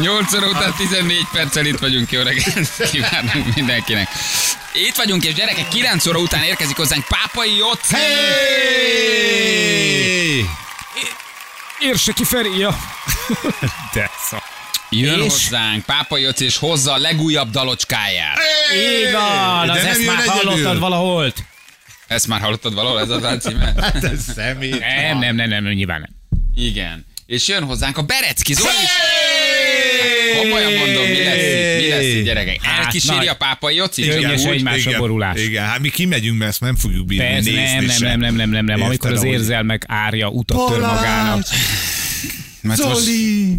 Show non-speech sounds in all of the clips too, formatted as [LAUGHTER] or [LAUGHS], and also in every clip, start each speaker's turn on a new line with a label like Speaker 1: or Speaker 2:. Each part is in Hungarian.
Speaker 1: 8 óra után 14 perccel itt vagyunk, jó reggelt kívánunk mindenkinek. Itt vagyunk, és gyerekek, 9 óra után érkezik hozzánk Pápai Jocci.
Speaker 2: Hey!
Speaker 3: Érseki Feri, ja.
Speaker 2: De szó.
Speaker 1: Jön
Speaker 3: És?
Speaker 1: hozzánk Pápai Jocci, és hozza a legújabb dalocskáját.
Speaker 3: Így van,
Speaker 2: De
Speaker 3: az
Speaker 2: nem
Speaker 3: ezt
Speaker 2: jön
Speaker 3: már
Speaker 2: egyedül.
Speaker 3: hallottad valaholt.
Speaker 1: Ezt már hallottad valahol, ez a dal címe?
Speaker 2: Hát ez szemét.
Speaker 3: Nem, nem, nem, nem, nyilván nem.
Speaker 1: Igen. És jön hozzánk a Berecki Zoli. Komolyan mondom, mi lesz itt, mi lesz itt, gyerekek?
Speaker 3: Hát,
Speaker 1: Elkíséri
Speaker 3: nagy.
Speaker 1: a Pápai Jocit?
Speaker 3: Jöjjön,
Speaker 1: Ugyanúgy?
Speaker 3: és egymásra
Speaker 2: igen,
Speaker 3: borulás.
Speaker 2: Igen, hát mi kimegyünk, mert ezt nem fogjuk bírni
Speaker 3: Persze,
Speaker 2: nézni
Speaker 3: nem, nem,
Speaker 2: sem.
Speaker 3: nem, nem, nem, nem, nem.
Speaker 2: Érted,
Speaker 3: Amikor az
Speaker 2: ahogy-
Speaker 3: érzelmek árja utat tör
Speaker 2: Balázs!
Speaker 3: magának.
Speaker 1: Mert most-
Speaker 2: Zoli!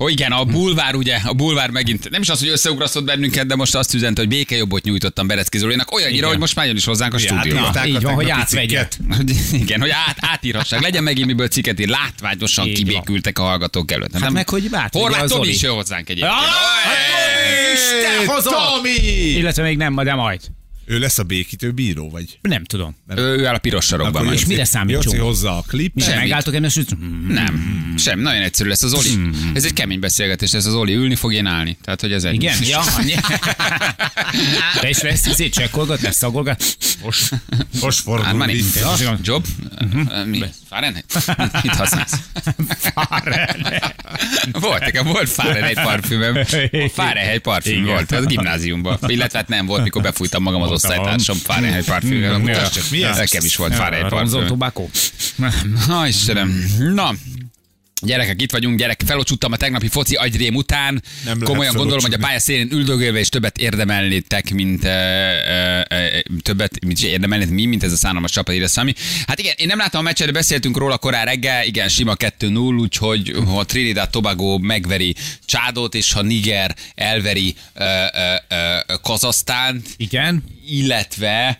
Speaker 1: Ó, igen, a bulvár ugye, a bulvár megint, nem is az, hogy összeugrasztott bennünket, de most azt üzente, hogy békejobbot nyújtottam Berecki Zolinak, olyannyira,
Speaker 3: Igen. hát
Speaker 1: hogy most már jön is hozzánk a stúdióba.
Speaker 2: Átírták
Speaker 3: Így
Speaker 2: a
Speaker 3: van, hogy
Speaker 2: tegnapi
Speaker 3: átvegye.
Speaker 2: cikket.
Speaker 1: Hogy- Igen, hogy át, átírhassák. Legyen megint miből cikket ír. Látványosan
Speaker 3: Így
Speaker 1: kibékültek a hallgatók előtt. Hát
Speaker 3: meg, hogy átvegye
Speaker 1: Horváth
Speaker 3: a
Speaker 1: Tomi
Speaker 3: Zoli.
Speaker 1: is jön hozzánk egyébként.
Speaker 3: Ah,
Speaker 1: Ajj!
Speaker 2: Isten,
Speaker 3: hozott!
Speaker 2: Tomi!
Speaker 3: Illetve még nem, de majd.
Speaker 2: Ő lesz a békítő bíró, vagy?
Speaker 3: Nem tudom.
Speaker 1: Ő áll a piros sarokban.
Speaker 2: Akkor
Speaker 1: majd.
Speaker 3: és mire
Speaker 2: Jóci-
Speaker 3: számítsunk?
Speaker 2: Jóci hozza a klip.
Speaker 3: Mi sem
Speaker 1: Semmit.
Speaker 3: megálltok egymást, hogy Hmm,
Speaker 1: Nem, sem, nagyon egyszerű lesz az Oli.
Speaker 3: Mm-hmm.
Speaker 1: Ez egy kemény beszélgetés, ez az Oli ülni fog én állni. Tehát, hogy ez egy... [LAUGHS]
Speaker 3: igen, ja, annyi. Te is vesz, izé, izét csekkolgat, lesz szagolgat.
Speaker 2: Most, most
Speaker 1: Hát már
Speaker 2: fordul
Speaker 1: itt.
Speaker 2: vissza.
Speaker 1: Ja, Jobb? Uh, Mi? Fahrenheit? [LAUGHS] Mit használsz?
Speaker 3: Fahrenheit.
Speaker 1: Volt, nekem volt Fahrenheit parfümöm. Fahrenheit parfüm
Speaker 3: Igen.
Speaker 1: volt, az gimnáziumban. Illetve hát nem volt, mikor befújtam magam az osztálytársam Fahrenheit parfümöm.
Speaker 3: Ja.
Speaker 1: Mutasd csak, mi ez? Nekem is volt Fahrenheit
Speaker 3: Ronzol
Speaker 1: parfüm.
Speaker 3: Tobacco.
Speaker 1: Na, Istenem. Na, Gyerekek, itt vagyunk, gyerek, felocsuttam a tegnapi foci agyrém után.
Speaker 2: Nem lehet
Speaker 1: Komolyan gondolom, hogy a
Speaker 2: felocsutni.
Speaker 1: pálya szélén üldögélve és többet érdemelnétek, mint e, e, e, többet, mint érdemelnétek mi, mint ez a szánalmas csapat írja Szami. Hát igen, én nem láttam a meccset, de beszéltünk róla korán reggel, igen, sima 2-0, úgyhogy ha Trinidad Tobago megveri Csádot, és ha Niger elveri e, e, e, Kazasztánt,
Speaker 3: Igen.
Speaker 1: illetve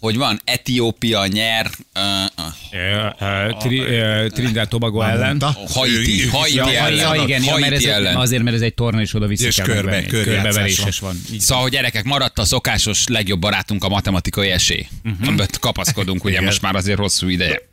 Speaker 1: hogy van, Etiópia nyer, ö, ö,
Speaker 3: Ö, ö, Tri- ö, Trinidad Tobago ellen.
Speaker 1: Haiti,
Speaker 2: Ő-
Speaker 1: Haiti
Speaker 3: Ja,
Speaker 1: ellen.
Speaker 3: ja, igen, ja, mert ez
Speaker 1: Haiti
Speaker 3: egy,
Speaker 1: ellen.
Speaker 3: azért, mert ez egy torna, és oda-vissza
Speaker 2: És
Speaker 3: kell
Speaker 2: körbe-
Speaker 3: megvenni.
Speaker 2: körbejátszás
Speaker 3: Körbeveréses van. Így.
Speaker 1: Szóval, hogy gyerekek, maradt a szokásos legjobb barátunk a matematikai esély.
Speaker 3: Mhm.
Speaker 1: Uh-huh. Amiből kapaszkodunk, ugye
Speaker 2: Igen.
Speaker 1: most már azért hosszú ideje.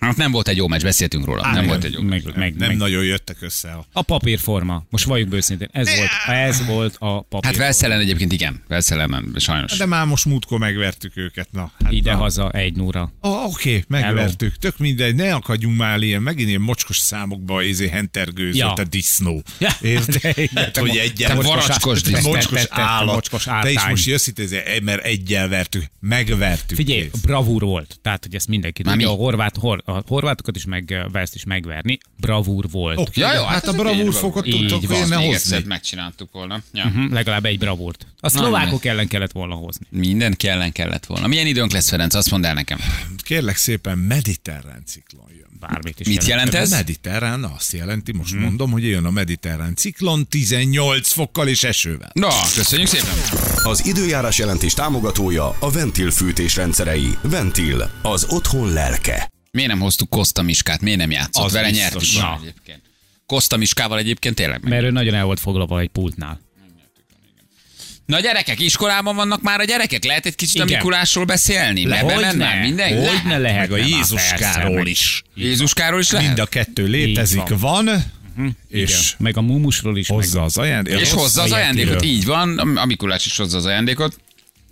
Speaker 1: Hát nem volt egy jó meccs, beszéltünk róla. nem volt egy jó meccs.
Speaker 3: Meg, meg,
Speaker 2: Nem
Speaker 3: meg.
Speaker 2: nagyon jöttek össze a
Speaker 3: A papírforma. Most valljuk be őszintén. Ez volt, ez volt a
Speaker 1: Hát
Speaker 3: papírforma.
Speaker 1: Velszelen egyébként igen, Velszelen nem, sajnos.
Speaker 2: De már most múltkor megvertük őket, na. Hát na.
Speaker 3: Ide-haza egy óra.
Speaker 2: Oh, Oké, okay, megvertük. Tök mindegy, ne akadjunk már ilyen, megint ilyen mocskos számokba izé hentergőzött
Speaker 3: Ja.
Speaker 2: ja. a disznó.
Speaker 3: Ja. [LAUGHS] De
Speaker 2: Érted?
Speaker 3: igen,
Speaker 2: Hát,
Speaker 3: tudom.
Speaker 2: hogy
Speaker 1: Te
Speaker 2: egyel
Speaker 1: varacskos
Speaker 2: te
Speaker 1: disznó.
Speaker 2: mocskos
Speaker 3: Te- te- te- te
Speaker 2: állat.
Speaker 3: mocskos
Speaker 2: Te is
Speaker 3: ártány.
Speaker 2: most jössz itt, ezért, mert egyel vertük, megvertük.
Speaker 3: Figyelj,
Speaker 2: Kész.
Speaker 3: bravúr volt. Tehát, hogy ezt mindenki
Speaker 1: Már
Speaker 3: tudja. A,
Speaker 1: mi?
Speaker 3: horvát, hor, a horvátokat is, meg Velszt is megverni. Bravúr volt.
Speaker 2: Oké,
Speaker 1: Ja,
Speaker 2: de
Speaker 1: jó, hát
Speaker 2: hát a
Speaker 1: ez egy
Speaker 2: bravúr
Speaker 1: ilyen-
Speaker 2: fokot
Speaker 3: így
Speaker 2: tudtok
Speaker 3: van,
Speaker 2: volna
Speaker 1: Még egyszer
Speaker 2: hozni.
Speaker 1: megcsináltuk volna. Ja.
Speaker 3: Hm, Legalább egy bravúrt. A szlovákok ellen kellett volna hozni.
Speaker 1: Mindent ellen kellett volna. Milyen időnk lesz, Ferenc? Azt mondd el nekem.
Speaker 2: Kérlek szépen, mediterrán ciklon jön.
Speaker 3: Bármit is.
Speaker 1: Mit jelent
Speaker 2: A
Speaker 1: ez?
Speaker 2: mediterrán azt jelenti, most mondom, hogy jön a mediterrán ciklon 18 fokkal és esővel.
Speaker 1: Na, köszönjük szépen.
Speaker 4: Az időjárás jelentés támogatója a Ventil fűtésrendszerei. Ventil, az otthon lelke.
Speaker 1: Miért nem hoztuk Kosta Miskát? Miért nem játszott?
Speaker 3: Az
Speaker 1: Vele
Speaker 3: biztos.
Speaker 1: nyertük volna
Speaker 3: Na.
Speaker 1: egyébként. Kosta Miskával egyébként tényleg meg.
Speaker 3: Mert ő nagyon el volt foglalva egy pultnál.
Speaker 1: Na gyerekek, iskolában vannak már a gyerekek? Lehet egy kicsit a
Speaker 3: Igen.
Speaker 1: Mikulásról beszélni? Le,
Speaker 3: Hogyne?
Speaker 1: Bebemenne mindenki?
Speaker 3: Hogyne lehet?
Speaker 2: Meg a
Speaker 3: Már
Speaker 2: Jézuskáról
Speaker 3: persze,
Speaker 2: is.
Speaker 1: Jézuskáról is lehet?
Speaker 2: Mind a kettő létezik,
Speaker 3: Így
Speaker 2: van,
Speaker 3: meg-
Speaker 2: és
Speaker 3: Igen. Meg a mumusról is. meg-
Speaker 2: hozza az ajándékot.
Speaker 1: Mhm, És hozza az ajándékot, így van, a Mikulás is hozza az ajándékot.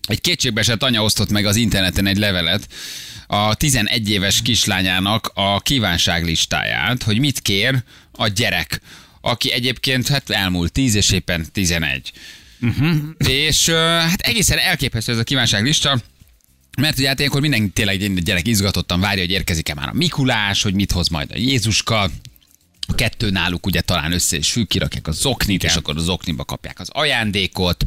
Speaker 1: Egy kétségbeesett anya osztott meg az interneten egy levelet a 11 éves kislányának a kívánság listáját, hogy mit kér a gyerek, aki egyébként hát elmúlt 10 és éppen 11.
Speaker 2: Mhm.
Speaker 1: Uh-huh. És ö, hát egészen elképesztő ez a kívánság lista. Mert ugye hát ilyenkor mindenki tényleg minden gyerek izgatottan várja, hogy érkezik-e már a Mikulás, hogy mit hoz majd a Jézuska. A kettő náluk ugye talán össze és fül, kirakják a zoknit, és akkor a zokniba kapják az ajándékot.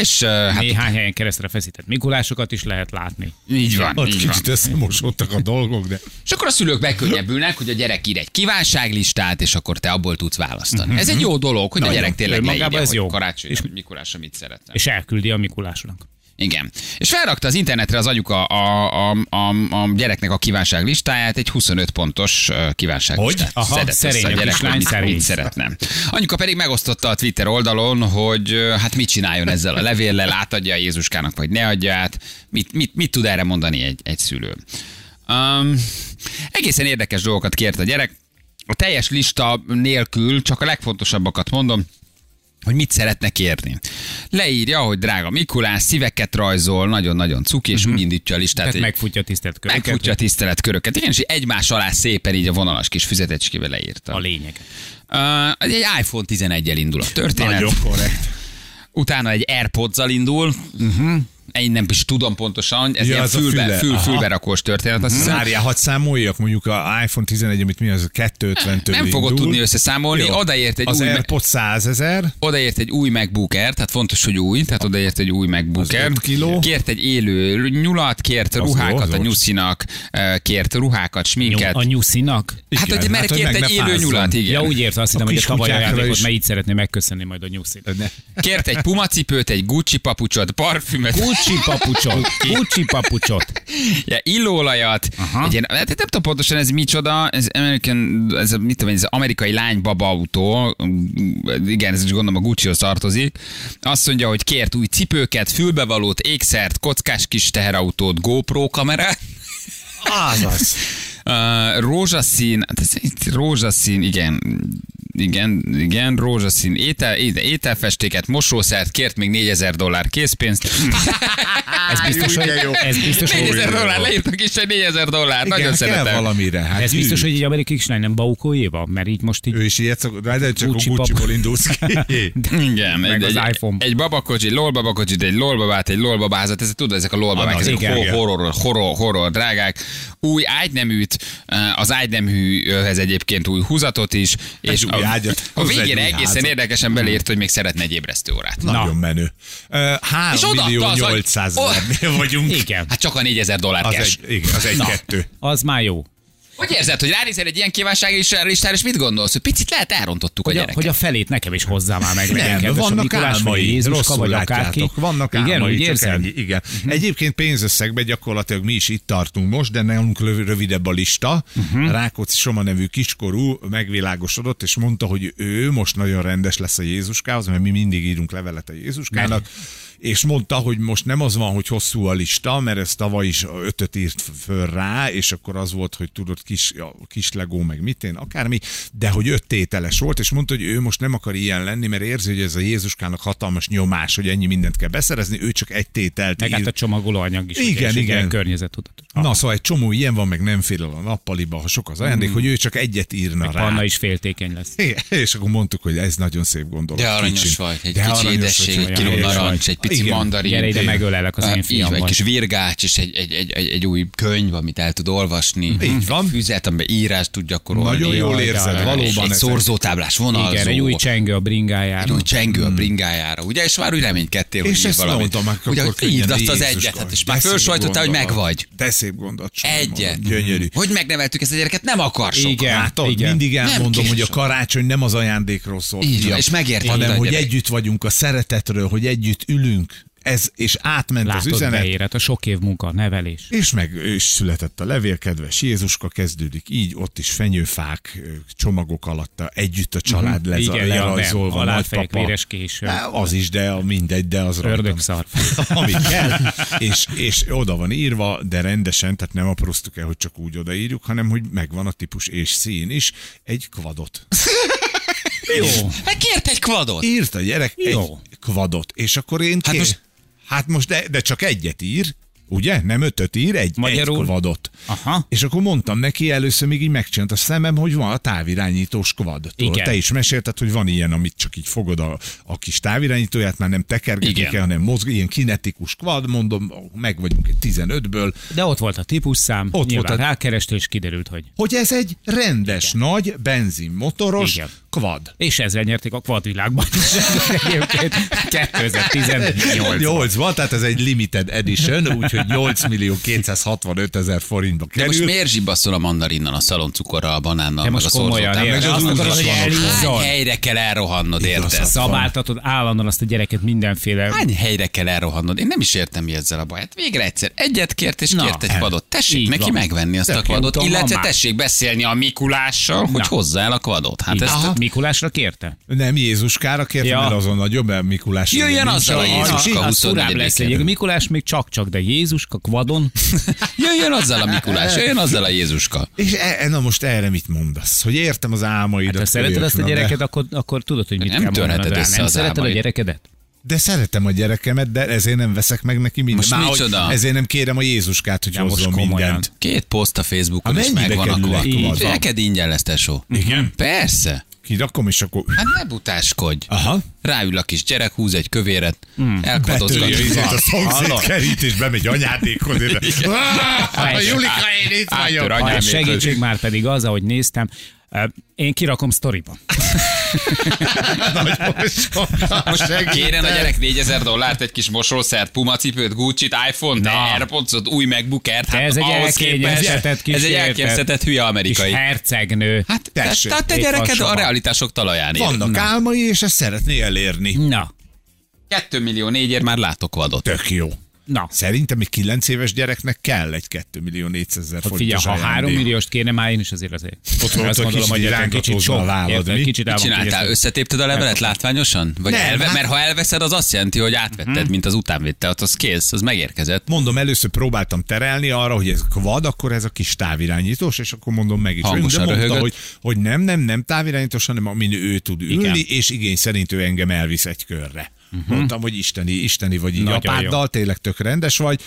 Speaker 1: És ö, hát
Speaker 3: Néhány helyen keresztre feszített Mikulásokat is lehet látni.
Speaker 1: így van,
Speaker 2: Ott
Speaker 1: így van.
Speaker 2: kicsit összemosódtak a dolgok, de
Speaker 1: És akkor a szülők megkönnyebbülnek, hogy a gyerek ír egy kívánságlistát, és akkor te abból tudsz választani. Ez egy jó dolog, hogy a
Speaker 3: Mhm. Nagyon.
Speaker 1: gyerek tényleg
Speaker 3: Önmagában
Speaker 1: leírja,
Speaker 3: ez
Speaker 1: hogy
Speaker 3: jó.
Speaker 1: karácsony, és Mikulásra mit szeretne.
Speaker 3: És elküldi a Mikulásnak.
Speaker 1: Igen. És felrakta az internetre az anyuka a, a, a, a gyereknek a kívánság listáját, egy 25 pontos ö, kívánság
Speaker 2: Hogy?
Speaker 1: listát.
Speaker 3: Aha,
Speaker 1: szedett
Speaker 3: szerény
Speaker 1: össze
Speaker 3: a
Speaker 1: gyerek,
Speaker 3: kislány,
Speaker 1: hogy mit,
Speaker 3: szerény.
Speaker 1: Mit szeretne. Anyuka pedig megosztotta a Twitter oldalon, hogy ö, hát mit csináljon ezzel a levéllel, átadja a Jézuskának, vagy ne adja át. Mit, mit, mit tud erre mondani egy, egy szülő? Um, egészen érdekes dolgokat kért a gyerek. a teljes lista nélkül csak a legfontosabbakat mondom, hogy mit szeretne kérni. Leírja, hogy drága Mikulás, szíveket rajzol, nagyon-nagyon cuki,
Speaker 2: Mhm.
Speaker 1: és úgy indítja a listát.
Speaker 3: Tehát
Speaker 1: hogy-
Speaker 3: megfutja a tisztelt köröket.
Speaker 1: Megfutja a tiszteletköröket. Igen, és így egymás alá szépen így a vonalas kis füzetecskével leírta.
Speaker 3: a lényeg.
Speaker 1: Uh, egy iPhone 11-el indul a történet.
Speaker 2: Nagyon korrekt.
Speaker 1: Utána egy Airpods-zal indul. Uh-huh. Én nem is tudom pontosan,
Speaker 2: Ja,
Speaker 1: ez ja, ilyen
Speaker 2: az a
Speaker 1: fülbe,
Speaker 2: füle.
Speaker 1: fül,
Speaker 2: Aha.
Speaker 1: fülberakós történet. Azt hiszem,
Speaker 2: Zárjál, hadd számoljak mondjuk a iPhone 11, amit mi az, a 250 től
Speaker 1: nem fogod
Speaker 2: indul.
Speaker 1: tudni összeszámolni.
Speaker 2: Jó.
Speaker 1: Odaért egy
Speaker 2: Az
Speaker 1: új... me-
Speaker 2: AirPod 100 ezer,
Speaker 1: odaért egy új MacBook Air, tehát fontos, hogy új, tehát odaért egy új MacBook
Speaker 2: Az
Speaker 1: Air.
Speaker 2: öt kiló.
Speaker 1: Kért egy élő nyulat, kért
Speaker 2: jó,
Speaker 1: ruhákat
Speaker 2: az
Speaker 1: a
Speaker 2: ott.
Speaker 1: nyuszinak, eh, kért ruhákat, sminket.
Speaker 3: A nyuszinak.
Speaker 1: hát,
Speaker 2: Igen,
Speaker 1: hogy mert
Speaker 2: hát, hogy
Speaker 1: kért
Speaker 2: meg
Speaker 1: egy
Speaker 2: ne
Speaker 1: élő
Speaker 2: fázzon.
Speaker 1: nyulat, igen.
Speaker 3: Ja, úgy érte, azt hittem, hogy a
Speaker 2: kis
Speaker 3: tavaly
Speaker 2: kutyákra
Speaker 3: ajándékot,
Speaker 2: is.
Speaker 3: mert így szeretné megköszönni majd a nyuszit.
Speaker 2: ne,
Speaker 1: Kért egy pumacipőt, egy Gucci papucsot, parfümöt,
Speaker 3: Gucci papucsot. Gucci papucsot.
Speaker 1: ja, illóolajat.
Speaker 3: Aha.
Speaker 1: Egy ilyen, hát nem tudom pontosan ez micsoda, ez, American, ez, a, mit tudom, én, ez amerikai lány baba autó, igen, ez is gondolom a Guccihoz tartozik. Azt mondja, hogy kért új cipőket, fülbevalót, ékszert, kockás kis teherautót, GoPro kamerát.
Speaker 2: Azaz.
Speaker 1: Uh, rózsaszín, hát ez itt rózsaszín, igen, igen, igen, rózsaszín étel, étel, ételfestéket, mosószert, kért még 4000 dollár készpénzt.
Speaker 3: Ez biztos, hogy, ez biztos, hogy,
Speaker 1: 4000 dollár, leírtak is, hogy 4000 dollár,
Speaker 2: Igen,
Speaker 1: nagyon
Speaker 2: kell
Speaker 1: szeretem.
Speaker 2: valamire. Hát
Speaker 3: ez
Speaker 2: gyűjt.
Speaker 3: biztos, hogy egy amerikai kislány nem Baukó Éva, mert így most így
Speaker 2: Ő is ilyet szokott, de csak
Speaker 3: Gucci
Speaker 2: a Gucci-ból
Speaker 3: pap.
Speaker 2: indulsz
Speaker 1: [LAUGHS]
Speaker 2: ki.
Speaker 1: Igen,
Speaker 3: Meg
Speaker 1: egy,
Speaker 3: az
Speaker 1: egy,
Speaker 3: iPhone.
Speaker 1: egy babakocsi, egy lolbabakocsit, egy lolbabát, egy lolbabázat, ezek tudod, ezek a lolbabák,
Speaker 3: Annak,
Speaker 1: ezek
Speaker 3: igen,
Speaker 1: hor-
Speaker 3: igen.
Speaker 1: horror, horror, horror, drágák. Új ágyneműt, eh, az ágyneműhöz egyébként új húzatot is, és
Speaker 2: új
Speaker 1: a,
Speaker 2: ágyat,
Speaker 1: a
Speaker 2: hozzá egy
Speaker 1: végére
Speaker 2: új
Speaker 1: egészen
Speaker 2: házat.
Speaker 1: érdekesen beleírt, hogy még szeretne egy ébresztő órát.
Speaker 2: Nagyon menő. Ö, 3
Speaker 1: odaadta
Speaker 2: millió
Speaker 1: az, hogy-
Speaker 2: 800 ezernél vagyunk.
Speaker 3: Igen.
Speaker 1: Hát csak a 4000 dollár
Speaker 2: Az
Speaker 1: cash.
Speaker 2: egy, igen, az egy kettő.
Speaker 3: az már jó.
Speaker 1: Hogy érzed, hogy ránézel egy ilyen kívánsági listára, és mit gondolsz? Hogy picit lehet elrontottuk a
Speaker 3: Hogy a,
Speaker 1: gyereket.
Speaker 3: hogy a felét nekem is hozzá már meg legyen
Speaker 2: Nem,
Speaker 3: kedves, a
Speaker 2: vannak
Speaker 3: Mikulás, vagy
Speaker 2: álmai,
Speaker 3: Jézuska,
Speaker 2: rosszul
Speaker 3: vagy akárki.
Speaker 2: látjátok, vannak
Speaker 3: Igen, Mhm.
Speaker 2: álmai,
Speaker 3: úgy
Speaker 2: csak
Speaker 3: érzed?
Speaker 2: ennyi, igen. Egyébként pénzösszegben gyakorlatilag mi is itt tartunk most, de nálunk löv- rövidebb a lista.
Speaker 3: Mhm.
Speaker 2: Uh-huh. Rákóczi Soma nevű kiskorú megvilágosodott, és mondta, hogy ő most nagyon rendes lesz a Jézuskához, mert mi mindig írunk levelet a Jézuskának, és mondta, hogy most nem az van, hogy hosszú a lista, mert ez tavaly is ötöt írt föl rá, és akkor az volt, hogy tudod, kis, a kis legó, meg mit én, akármi, de hogy öt tételes volt, és mondta, hogy ő most nem akar ilyen lenni, mert érzi, hogy ez a Jézuskának hatalmas nyomás, hogy ennyi mindent kell beszerezni, ő csak egy tételt
Speaker 3: Meg hát a
Speaker 2: ír.
Speaker 3: csomagolóanyag is. ugye,
Speaker 2: Igen,
Speaker 3: és egy
Speaker 2: igen.
Speaker 3: ilyen Környezettudat.
Speaker 2: Na, szóval egy csomó ilyen van, meg nem félel a nappaliba, ha sok az ajándék, hogy ő csak egyet írna rá.
Speaker 3: Hmm. Panna is féltékeny lesz.
Speaker 2: Igen, [LAUGHS] és akkor mondtuk, hogy ez nagyon szép gondolat.
Speaker 1: De aranyos
Speaker 2: kicsi.
Speaker 1: vagy, egy
Speaker 2: De
Speaker 1: kicsi
Speaker 2: aranyos
Speaker 1: édesség,
Speaker 2: vagy,
Speaker 1: egy kiló
Speaker 2: aranyos
Speaker 1: narancs,
Speaker 2: vagy.
Speaker 1: egy pici
Speaker 2: Igen.
Speaker 1: mandarin.
Speaker 3: Gyere ide,
Speaker 1: Igen.
Speaker 3: megölelek az
Speaker 1: Ah,
Speaker 3: én
Speaker 1: így van, Egy
Speaker 3: fiammal.
Speaker 1: kis virgács és egy, egy, egy, egy, egy új könyv, amit el tud olvasni. Így
Speaker 2: van.
Speaker 1: Füzet, amiben írás tud gyakorolni.
Speaker 2: Nagyon jól
Speaker 1: Jaj,
Speaker 2: érzed,
Speaker 1: de aranyos.
Speaker 2: valóban
Speaker 1: Egy
Speaker 2: ezek-
Speaker 1: szorzótáblás vonalzó.
Speaker 3: Igen, egy új csengő a
Speaker 1: egy
Speaker 3: bringájára.
Speaker 1: új csengő a bringájára, ugye? És már úgy reménykedtél, hogy
Speaker 2: Hmm. És
Speaker 1: ír
Speaker 2: ezt
Speaker 1: valamit.
Speaker 2: mondtam, akkor
Speaker 1: Ugye, hogy
Speaker 2: könnyen,
Speaker 1: írd azt az
Speaker 2: Jézus
Speaker 1: egyet, hát, és
Speaker 2: vagy.
Speaker 1: már
Speaker 2: De szép
Speaker 1: fölsajtottál, hogy
Speaker 2: gondolat.
Speaker 1: megvagy.
Speaker 2: De szép gondot. Csajom,
Speaker 1: Egyet.
Speaker 2: mondom, Gyönyörű.
Speaker 1: Hogy megneveltük ezt a gyereket, nem akar sokat.
Speaker 3: Igen.
Speaker 2: Látod,
Speaker 3: igen.
Speaker 2: mindig elmondom,
Speaker 1: késő.
Speaker 2: hogy a karácsony nem az ajándékról szól.
Speaker 1: Így van,
Speaker 2: fiam,
Speaker 1: és megérted a
Speaker 2: Hanem, hogy
Speaker 1: gyerek.
Speaker 2: együtt vagyunk a szeretetről, hogy együtt ülünk. Ez, és átment az
Speaker 3: Látod,
Speaker 2: üzenet.
Speaker 3: beérett a sok év munka, nevelés.
Speaker 2: És meg is született a levél, kedves Jézuska, kezdődik így, ott is fenyőfák ö, csomagok alatta, együtt a család
Speaker 3: Mhm.
Speaker 2: lez,
Speaker 3: Igen, ja,
Speaker 2: lerajzolva,
Speaker 3: nem. Halálfejek,
Speaker 2: nagypapa.
Speaker 3: véres késő.
Speaker 2: Á, Az is, de a mindegy, de az rajtam.
Speaker 3: Ördögszar.
Speaker 2: [LAUGHS] Ami kell, és, és oda van írva, de rendesen, tehát nem apróztuk el, hogy csak úgy odaírjuk, hanem hogy megvan a típus és szín is, egy kvadot.
Speaker 3: Jó.
Speaker 1: Hát kért egy kvadot.
Speaker 2: Írt a gyerek
Speaker 3: Jó.
Speaker 2: egy kvadot, és akkor én
Speaker 1: Hát
Speaker 2: kér-
Speaker 1: most-
Speaker 2: hát most de, de csak egyet ír, ugye? Nem ötöt ír, egy,
Speaker 3: Magyarul?
Speaker 2: egy kvadot.
Speaker 3: Aha.
Speaker 2: És akkor mondtam neki, először még így megcsinált a szemem, hogy van a távirányítós kvad. Tudod,
Speaker 3: Igen.
Speaker 2: Te is mesélted, hogy van ilyen, amit csak így fogod a, a kis távirányítóját, már nem tekergetik
Speaker 1: Igen.
Speaker 2: el, hanem mozg, ilyen kinetikus kvad, mondom, meg vagyunk egy 15-ből,
Speaker 3: De ott volt a típusszám,
Speaker 2: volt
Speaker 3: ott nyilván
Speaker 2: a-
Speaker 3: volt a... rákereste, és kiderült, hogy...
Speaker 2: hogy ez egy rendes, Igen. nagy, benzinmotoros
Speaker 3: Igen.
Speaker 2: kvad.
Speaker 3: És ezzel nyerték a kvadvilágban is. [LAUGHS] Egyébként 2018
Speaker 2: 8 van, tehát ez egy limited edition, úgyhogy 8 millió 265 ezer forintba
Speaker 1: De most
Speaker 2: kerül.
Speaker 1: miért zsibasszol a mandarinnal, a szaloncukorral, a banánnal,
Speaker 3: De
Speaker 1: meg
Speaker 3: most
Speaker 1: a
Speaker 3: komolyan,
Speaker 1: szorzótáblával?
Speaker 3: érted?
Speaker 1: Meg az
Speaker 3: Azt akarod, hogy
Speaker 1: úszvonalon.
Speaker 3: elhúzzon?
Speaker 1: Hány helyre kell elrohannod, érted?
Speaker 3: Szabáltatod állandóan azt a gyereket mindenféle...
Speaker 1: Hány helyre kell elrohannod? Én nem is értem, mi ezzel a baj. Hát végre egyszer egyet kért, és
Speaker 3: Na,
Speaker 1: kért egy
Speaker 3: el.
Speaker 1: kvadot. Tessék
Speaker 3: Így
Speaker 1: neki
Speaker 3: van.
Speaker 1: megvenni azt
Speaker 3: Tök
Speaker 1: a
Speaker 3: jó
Speaker 1: kvadot,
Speaker 3: úton van
Speaker 1: illetve
Speaker 3: már.
Speaker 1: tessék beszélni a Mikulással, hogy
Speaker 3: Na.
Speaker 1: hozzá el a kvadot. Hát
Speaker 3: Így
Speaker 1: ezt
Speaker 3: van. Mikulásra kérte?
Speaker 2: Nem Jézuskára kértem,
Speaker 3: Ja.
Speaker 2: ja. mert azon nagyobb, mert Mikulás.
Speaker 1: Jöjjön
Speaker 2: nincs.
Speaker 1: azzal a Jézuska
Speaker 3: az furább lesz egy
Speaker 1: 24
Speaker 3: Mikulás még csak-csak, de Jézuska kvadon.
Speaker 1: [LAUGHS] Jöjjön azzal a Mikulás, jöjjön azzal a Jézuska.
Speaker 2: És e, e- na most erre mit mondasz? Hogy értem az álmaidat.
Speaker 3: Te Hát, szereted
Speaker 2: kölyök,
Speaker 3: azt a
Speaker 2: na de-
Speaker 3: gyereket, akkor, akkor tudod, hogy mit
Speaker 1: Nem
Speaker 3: kell mondanod
Speaker 1: törheted
Speaker 3: rá.
Speaker 1: össze
Speaker 3: Nem
Speaker 1: az
Speaker 3: szereted a
Speaker 1: álmaid.
Speaker 3: gyerekedet?
Speaker 2: De szeretem a gyerekemet, de ezért nem veszek meg neki mindent.
Speaker 1: Most
Speaker 2: Már, hogy
Speaker 1: micsoda?
Speaker 2: ezért nem kérem a Jézuskát, hogy
Speaker 3: Ja, most
Speaker 2: hozzon
Speaker 3: komolyan.
Speaker 2: mindent.
Speaker 1: Két poszt a Facebookon
Speaker 2: Há,
Speaker 1: is
Speaker 2: mennyibe
Speaker 1: megvan
Speaker 2: kerül
Speaker 1: akkor.
Speaker 2: egy
Speaker 1: Így,
Speaker 2: kvaddal?
Speaker 1: Neked ingyen lesz, tesó. Igen? Persze.
Speaker 2: Kirakom, és akkor...
Speaker 1: Hát ne butáskodj.
Speaker 2: Aha.
Speaker 1: Ráül a kis gyerek, húz egy kövéret, mm. elkvatozgat.
Speaker 2: Betörje izét a
Speaker 1: Hallod?
Speaker 2: szomszédkerít, és bemegy anyádékhoz. és- Ah, A
Speaker 3: Igen.
Speaker 2: Julika, én itt
Speaker 1: Áttör
Speaker 2: vagyok.
Speaker 1: anyám.
Speaker 3: A
Speaker 1: Anyámékhoz.
Speaker 3: segítség már pedig az, ahogy néztem, Ö, én kirakom sztoriba.
Speaker 1: [LAUGHS] Most Kéren a gyerek 4000 dollárt, egy kis mosószert, pumacipőt, Gucci-t, iPhone-t,
Speaker 3: Na.
Speaker 1: Airpods-ot, új macbook Air-t.
Speaker 3: De ez egy
Speaker 1: ahhoz képest-
Speaker 3: elkényeztetett kis
Speaker 1: Ez egy
Speaker 3: érted.
Speaker 1: elkényeztetett hülye
Speaker 3: Kis
Speaker 1: amerikai.
Speaker 3: hercegnő.
Speaker 1: Hát,
Speaker 2: Tessék,
Speaker 1: tehát te
Speaker 3: itt van
Speaker 1: gyereked
Speaker 3: soha.
Speaker 1: a realitások talaján ér.
Speaker 2: Vannak álmai, és ezt szeretné elérni.
Speaker 3: Na,
Speaker 1: 2 millió négyért már látok vadot.
Speaker 2: Tök jó.
Speaker 3: na.
Speaker 2: Szerintem egy 9 éves gyereknek kell egy 2 millió 400 ezer
Speaker 3: Hogy Hát figyelj,
Speaker 2: forintos
Speaker 3: ha három
Speaker 2: ajándék.
Speaker 3: millióst kéne, már én is azért azért.
Speaker 2: Ott volt a kis irángatózna a vállad,
Speaker 3: érted,
Speaker 2: mi?
Speaker 3: Kicsit el van
Speaker 1: Csináltál,
Speaker 3: kegyezve.
Speaker 1: összetépted a levelet látványosan? Vagy
Speaker 2: Nem,
Speaker 1: elve,
Speaker 2: hát-
Speaker 1: mert ha elveszed, az azt jelenti, hogy átvetted, mint az utánvétel, ott az kész, az megérkezett.
Speaker 2: Mondom, először próbáltam terelni arra, hogy ez kvad, akkor ez a kis távirányítós, és akkor mondom meg is.
Speaker 1: Hangosan
Speaker 2: de mondta,
Speaker 1: röhögött.
Speaker 2: hogy, hogy nem, nem, nem távirányítós, hanem amin ő tud ülni,
Speaker 3: Igen.
Speaker 2: Igen. és igény szerint ő engem elvisz egy körre.
Speaker 1: Mhm.
Speaker 2: Uh-huh. Mondtam, hogy isteni, isteni vagy így
Speaker 3: Nagyon
Speaker 2: apáddal, tényleg tök rendes vagy.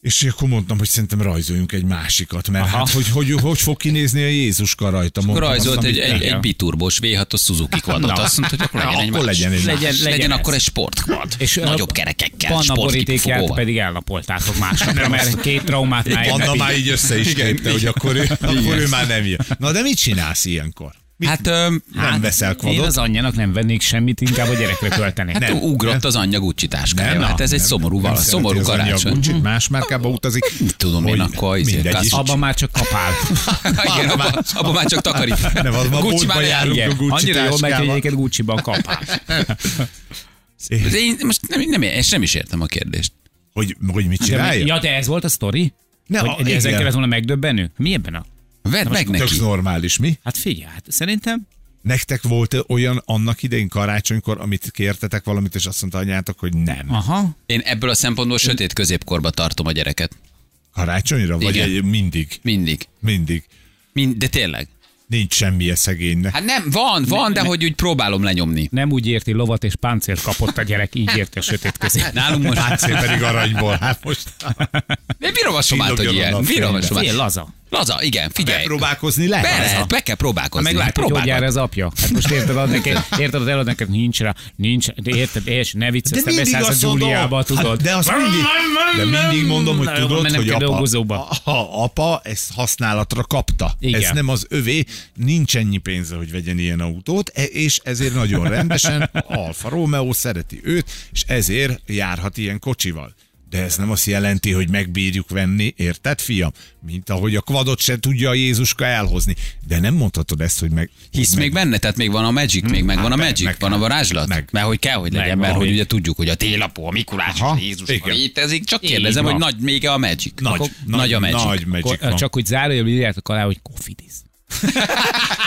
Speaker 2: És akkor mondtam, hogy szerintem rajzoljunk egy másikat, mert
Speaker 3: Aha.
Speaker 2: hát hogy, hogy, hogy fog kinézni a Jézuska rajta.
Speaker 1: Akkor
Speaker 2: Mondtam,
Speaker 1: rajzolt
Speaker 2: azt,
Speaker 1: egy,
Speaker 2: amit
Speaker 1: egy,
Speaker 2: kell.
Speaker 1: egy biturbos V6-os Suzuki kvadot. Azt mondta, hogy akkor legyen egy
Speaker 2: akkor
Speaker 1: más.
Speaker 2: legyen egy
Speaker 1: legyen,
Speaker 3: más.
Speaker 1: legyen
Speaker 3: Legyen
Speaker 1: akkor
Speaker 3: ez.
Speaker 1: egy sportkvad.
Speaker 3: És
Speaker 1: És
Speaker 3: a
Speaker 1: Nagyobb kerekekkel,
Speaker 3: Panna borítékját
Speaker 1: sportkipfogóval.
Speaker 3: pedig ellapoltátok másnapra, mert két traumát már
Speaker 2: Anna
Speaker 3: egy
Speaker 2: már így össze is képte, hogy akkor ő, akkor ő már nem jön. Na de mit csinálsz ilyenkor? Mit,
Speaker 1: Hát, öm,
Speaker 2: nem veszel kvadot?
Speaker 3: Én az anyjának nem vennék semmit, inkább a gyerekre költenék.
Speaker 1: hát ugrott az anyja Gucci
Speaker 2: Nem,
Speaker 1: táskája.
Speaker 2: na,
Speaker 1: Hát ez egy
Speaker 2: nem,
Speaker 1: szomorú,
Speaker 2: nem
Speaker 1: vala,
Speaker 2: szereti
Speaker 1: szomorú
Speaker 2: az anyja a
Speaker 1: karácsony.
Speaker 2: Gucci-t,
Speaker 3: Hm.
Speaker 2: Más márkába utazik.
Speaker 1: Tudom én,
Speaker 2: Hogy
Speaker 1: akkor izé,
Speaker 2: mindegy is.
Speaker 1: kasz-
Speaker 3: Abban már csak
Speaker 2: [LAUGHS]
Speaker 3: kapál.
Speaker 1: [LAUGHS] Igen, abban abba már csak takarít.
Speaker 2: Nem, az ma
Speaker 1: Gucci már
Speaker 2: boltba
Speaker 1: járunk.
Speaker 2: járunk.
Speaker 3: Igen,
Speaker 2: Gucci
Speaker 3: annyira jól megy, hogy
Speaker 2: táskával.
Speaker 3: egyébként Gucci-ban kapál.
Speaker 1: Ez Én most nem, nem, én sem is értem a kérdést.
Speaker 2: Hogy, hogy mit csinálja?
Speaker 3: Ja, de ez volt a sztori?
Speaker 2: Ne,
Speaker 3: hogy
Speaker 2: a-
Speaker 3: hogy ezen
Speaker 2: igen.
Speaker 3: kellett volna megdöbbenő? Mi ebben a...
Speaker 1: Vedd meg
Speaker 2: Tök
Speaker 1: neki.
Speaker 2: normális, mi?
Speaker 3: Hát figyelj, hát szerintem
Speaker 2: Nektek volt olyan annak idején karácsonykor, amit kértetek valamit, és azt mondta anyátok, hogy nem.
Speaker 3: Aha.
Speaker 1: Én ebből a szempontból sötét középkorba tartom a gyereket.
Speaker 2: Karácsonyra? Vagy
Speaker 1: Igen.
Speaker 2: egy, mindig?
Speaker 1: Mindig.
Speaker 2: Mindig.
Speaker 1: Mind, de tényleg.
Speaker 2: Nincs semmilyen szegénynek.
Speaker 1: Hát nem, van, van, de hogy úgy próbálom lenyomni.
Speaker 3: Nem úgy érti lovat és páncélt kapott a gyerek, így érti a sötét közé.
Speaker 1: Nálunk most.
Speaker 2: Hát szép pedig aranyból. Hát most
Speaker 1: Én bírom a somát, hogy
Speaker 2: Csillogjon a
Speaker 1: ilyen.
Speaker 2: nap
Speaker 1: Bírom a
Speaker 2: fényben.
Speaker 1: somát.
Speaker 3: Fél laza.
Speaker 1: Laza, igen, figyelj.
Speaker 2: próbálkozni lehet.
Speaker 1: Be lehet, be kell próbálkozni.
Speaker 3: Meg látod, Hát hogy jár
Speaker 1: Próbálkozni.
Speaker 3: az apja. Hát most érted,
Speaker 2: [LAUGHS]
Speaker 3: ad neked, érted, ad elad neked, nincs rá, nincs, de érted, és ne vicc,
Speaker 2: De
Speaker 3: aztán
Speaker 2: mindig
Speaker 3: beszállsz a
Speaker 2: azt mondom,
Speaker 3: Gyuliába, tudod.
Speaker 2: Hát, de azt mindig, de mindig mondom, hogy
Speaker 3: Na, jó,
Speaker 2: tudod,
Speaker 3: mennem
Speaker 2: hogy
Speaker 3: kell
Speaker 2: apa,
Speaker 3: dolgozóba.
Speaker 2: ha apa ezt használatra kapta.
Speaker 3: Igen.
Speaker 2: Ez nem az övé, nincs ennyi pénze, hogy vegyen ilyen autót, e- és ezért nagyon rendesen Alfa Romeo szereti őt, és ezért járhat ilyen kocsival. De ez nem azt jelenti, hogy megbírjuk venni, érted, fiam? Mint ahogy a kvadot se tudja a Jézuska elhozni. De nem mondhatod ezt, hogy meg...
Speaker 1: Hisz
Speaker 2: meg,
Speaker 1: még benne, tehát még van a Magic, még megvan a
Speaker 2: meg-
Speaker 1: Magic,
Speaker 2: meg-
Speaker 1: van a varázslat,
Speaker 2: meg.
Speaker 1: mert hogy kell, hogy legyen,
Speaker 3: Meg,
Speaker 1: mert hogy
Speaker 3: ahogy.
Speaker 1: ugye tudjuk, hogy a télapó, a Mikulás, a
Speaker 2: Aha,
Speaker 1: Jézus
Speaker 2: igen.
Speaker 1: létezik, csak
Speaker 3: Így
Speaker 1: kérdezem,
Speaker 3: van.
Speaker 1: hogy nagy még a Magic.
Speaker 2: Nagy,
Speaker 1: Akkor
Speaker 2: nagy,
Speaker 1: nagy a Magic.
Speaker 2: Nagy magic
Speaker 3: Ko-
Speaker 2: van.
Speaker 3: Csak hogy zárójelbe írjátok alá, hogy kofidiz.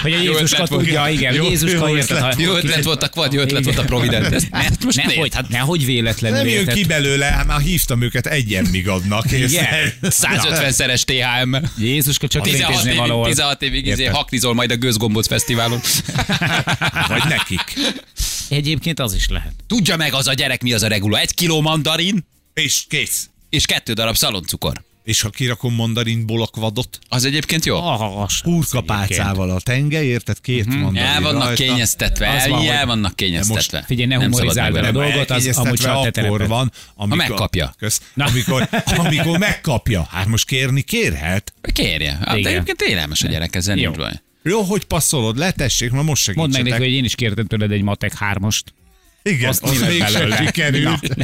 Speaker 3: hogy a
Speaker 1: Hát, Jó
Speaker 3: Jézuska
Speaker 1: ötlet volt.
Speaker 3: tudja, igen,
Speaker 2: Jó-
Speaker 3: Jézuska
Speaker 2: jó
Speaker 3: érted.
Speaker 2: ötlet.
Speaker 3: ha-
Speaker 1: Jó ötlet volt a kvad, jó ötlet volt a Provident. Ezt, ezt most
Speaker 3: Nem, hogy,
Speaker 1: ne
Speaker 3: [LAUGHS] hát nehogy véletlenül
Speaker 2: Nem jön
Speaker 3: érted.
Speaker 2: ki belőle, hát már hívtam őket, egyenmig adnak. és-
Speaker 3: Igen.
Speaker 1: 150 szeres THM.
Speaker 3: Jézuska csak
Speaker 1: 16
Speaker 3: létezni
Speaker 1: évig,
Speaker 3: valahol.
Speaker 1: 16 évig izé,
Speaker 2: Érted?
Speaker 1: haknizol majd a Gőzgombóc Fesztiválon.
Speaker 2: [LAUGHS] Vagy nekik.
Speaker 3: Egyébként az is lehet.
Speaker 1: Tudja meg az a gyerek, mi az a regula. Egy kiló mandarin
Speaker 2: És kész.
Speaker 1: és kettő darab szaloncukor.
Speaker 2: És ha kirakom mandarinból a kvadot,
Speaker 1: Az egyébként jó.
Speaker 3: Ah, az-
Speaker 2: hurkapálcával a tenge, érted? Két
Speaker 3: Mhm.
Speaker 2: mm-hmm. mandarin
Speaker 1: El vannak
Speaker 2: rajta.
Speaker 1: kényeztetve,
Speaker 3: Az
Speaker 1: el,
Speaker 3: van, hogy-
Speaker 1: el vannak
Speaker 2: most
Speaker 1: kényeztetve.
Speaker 3: figyelj, ne
Speaker 1: Nem szabad
Speaker 3: humorizáld
Speaker 1: megvenni.
Speaker 3: vele.
Speaker 2: Nem,
Speaker 3: A dolgot az
Speaker 2: elkényeztetve
Speaker 3: amúgy se a te
Speaker 2: akkor
Speaker 3: tereped.
Speaker 2: van, amikor,
Speaker 1: megkapja.
Speaker 2: Kösz,
Speaker 3: Na.
Speaker 2: amikor, amikor megkapja. Hát most kérni kérhet.
Speaker 1: Kérje. Hát de
Speaker 3: Igen.
Speaker 1: egyébként élelmes a gyerek, ezzel
Speaker 3: Jó.
Speaker 1: nincs baj.
Speaker 2: Jó, hogy passzolod, letessék, na most
Speaker 3: Mondd
Speaker 2: segítsetek.
Speaker 3: meg neki, hogy én is kértem tőled egy matek hármast.
Speaker 2: Igen, azt, [LAUGHS]
Speaker 3: mi
Speaker 2: azt
Speaker 3: lett
Speaker 2: még sem
Speaker 3: belőle?
Speaker 2: sikerült.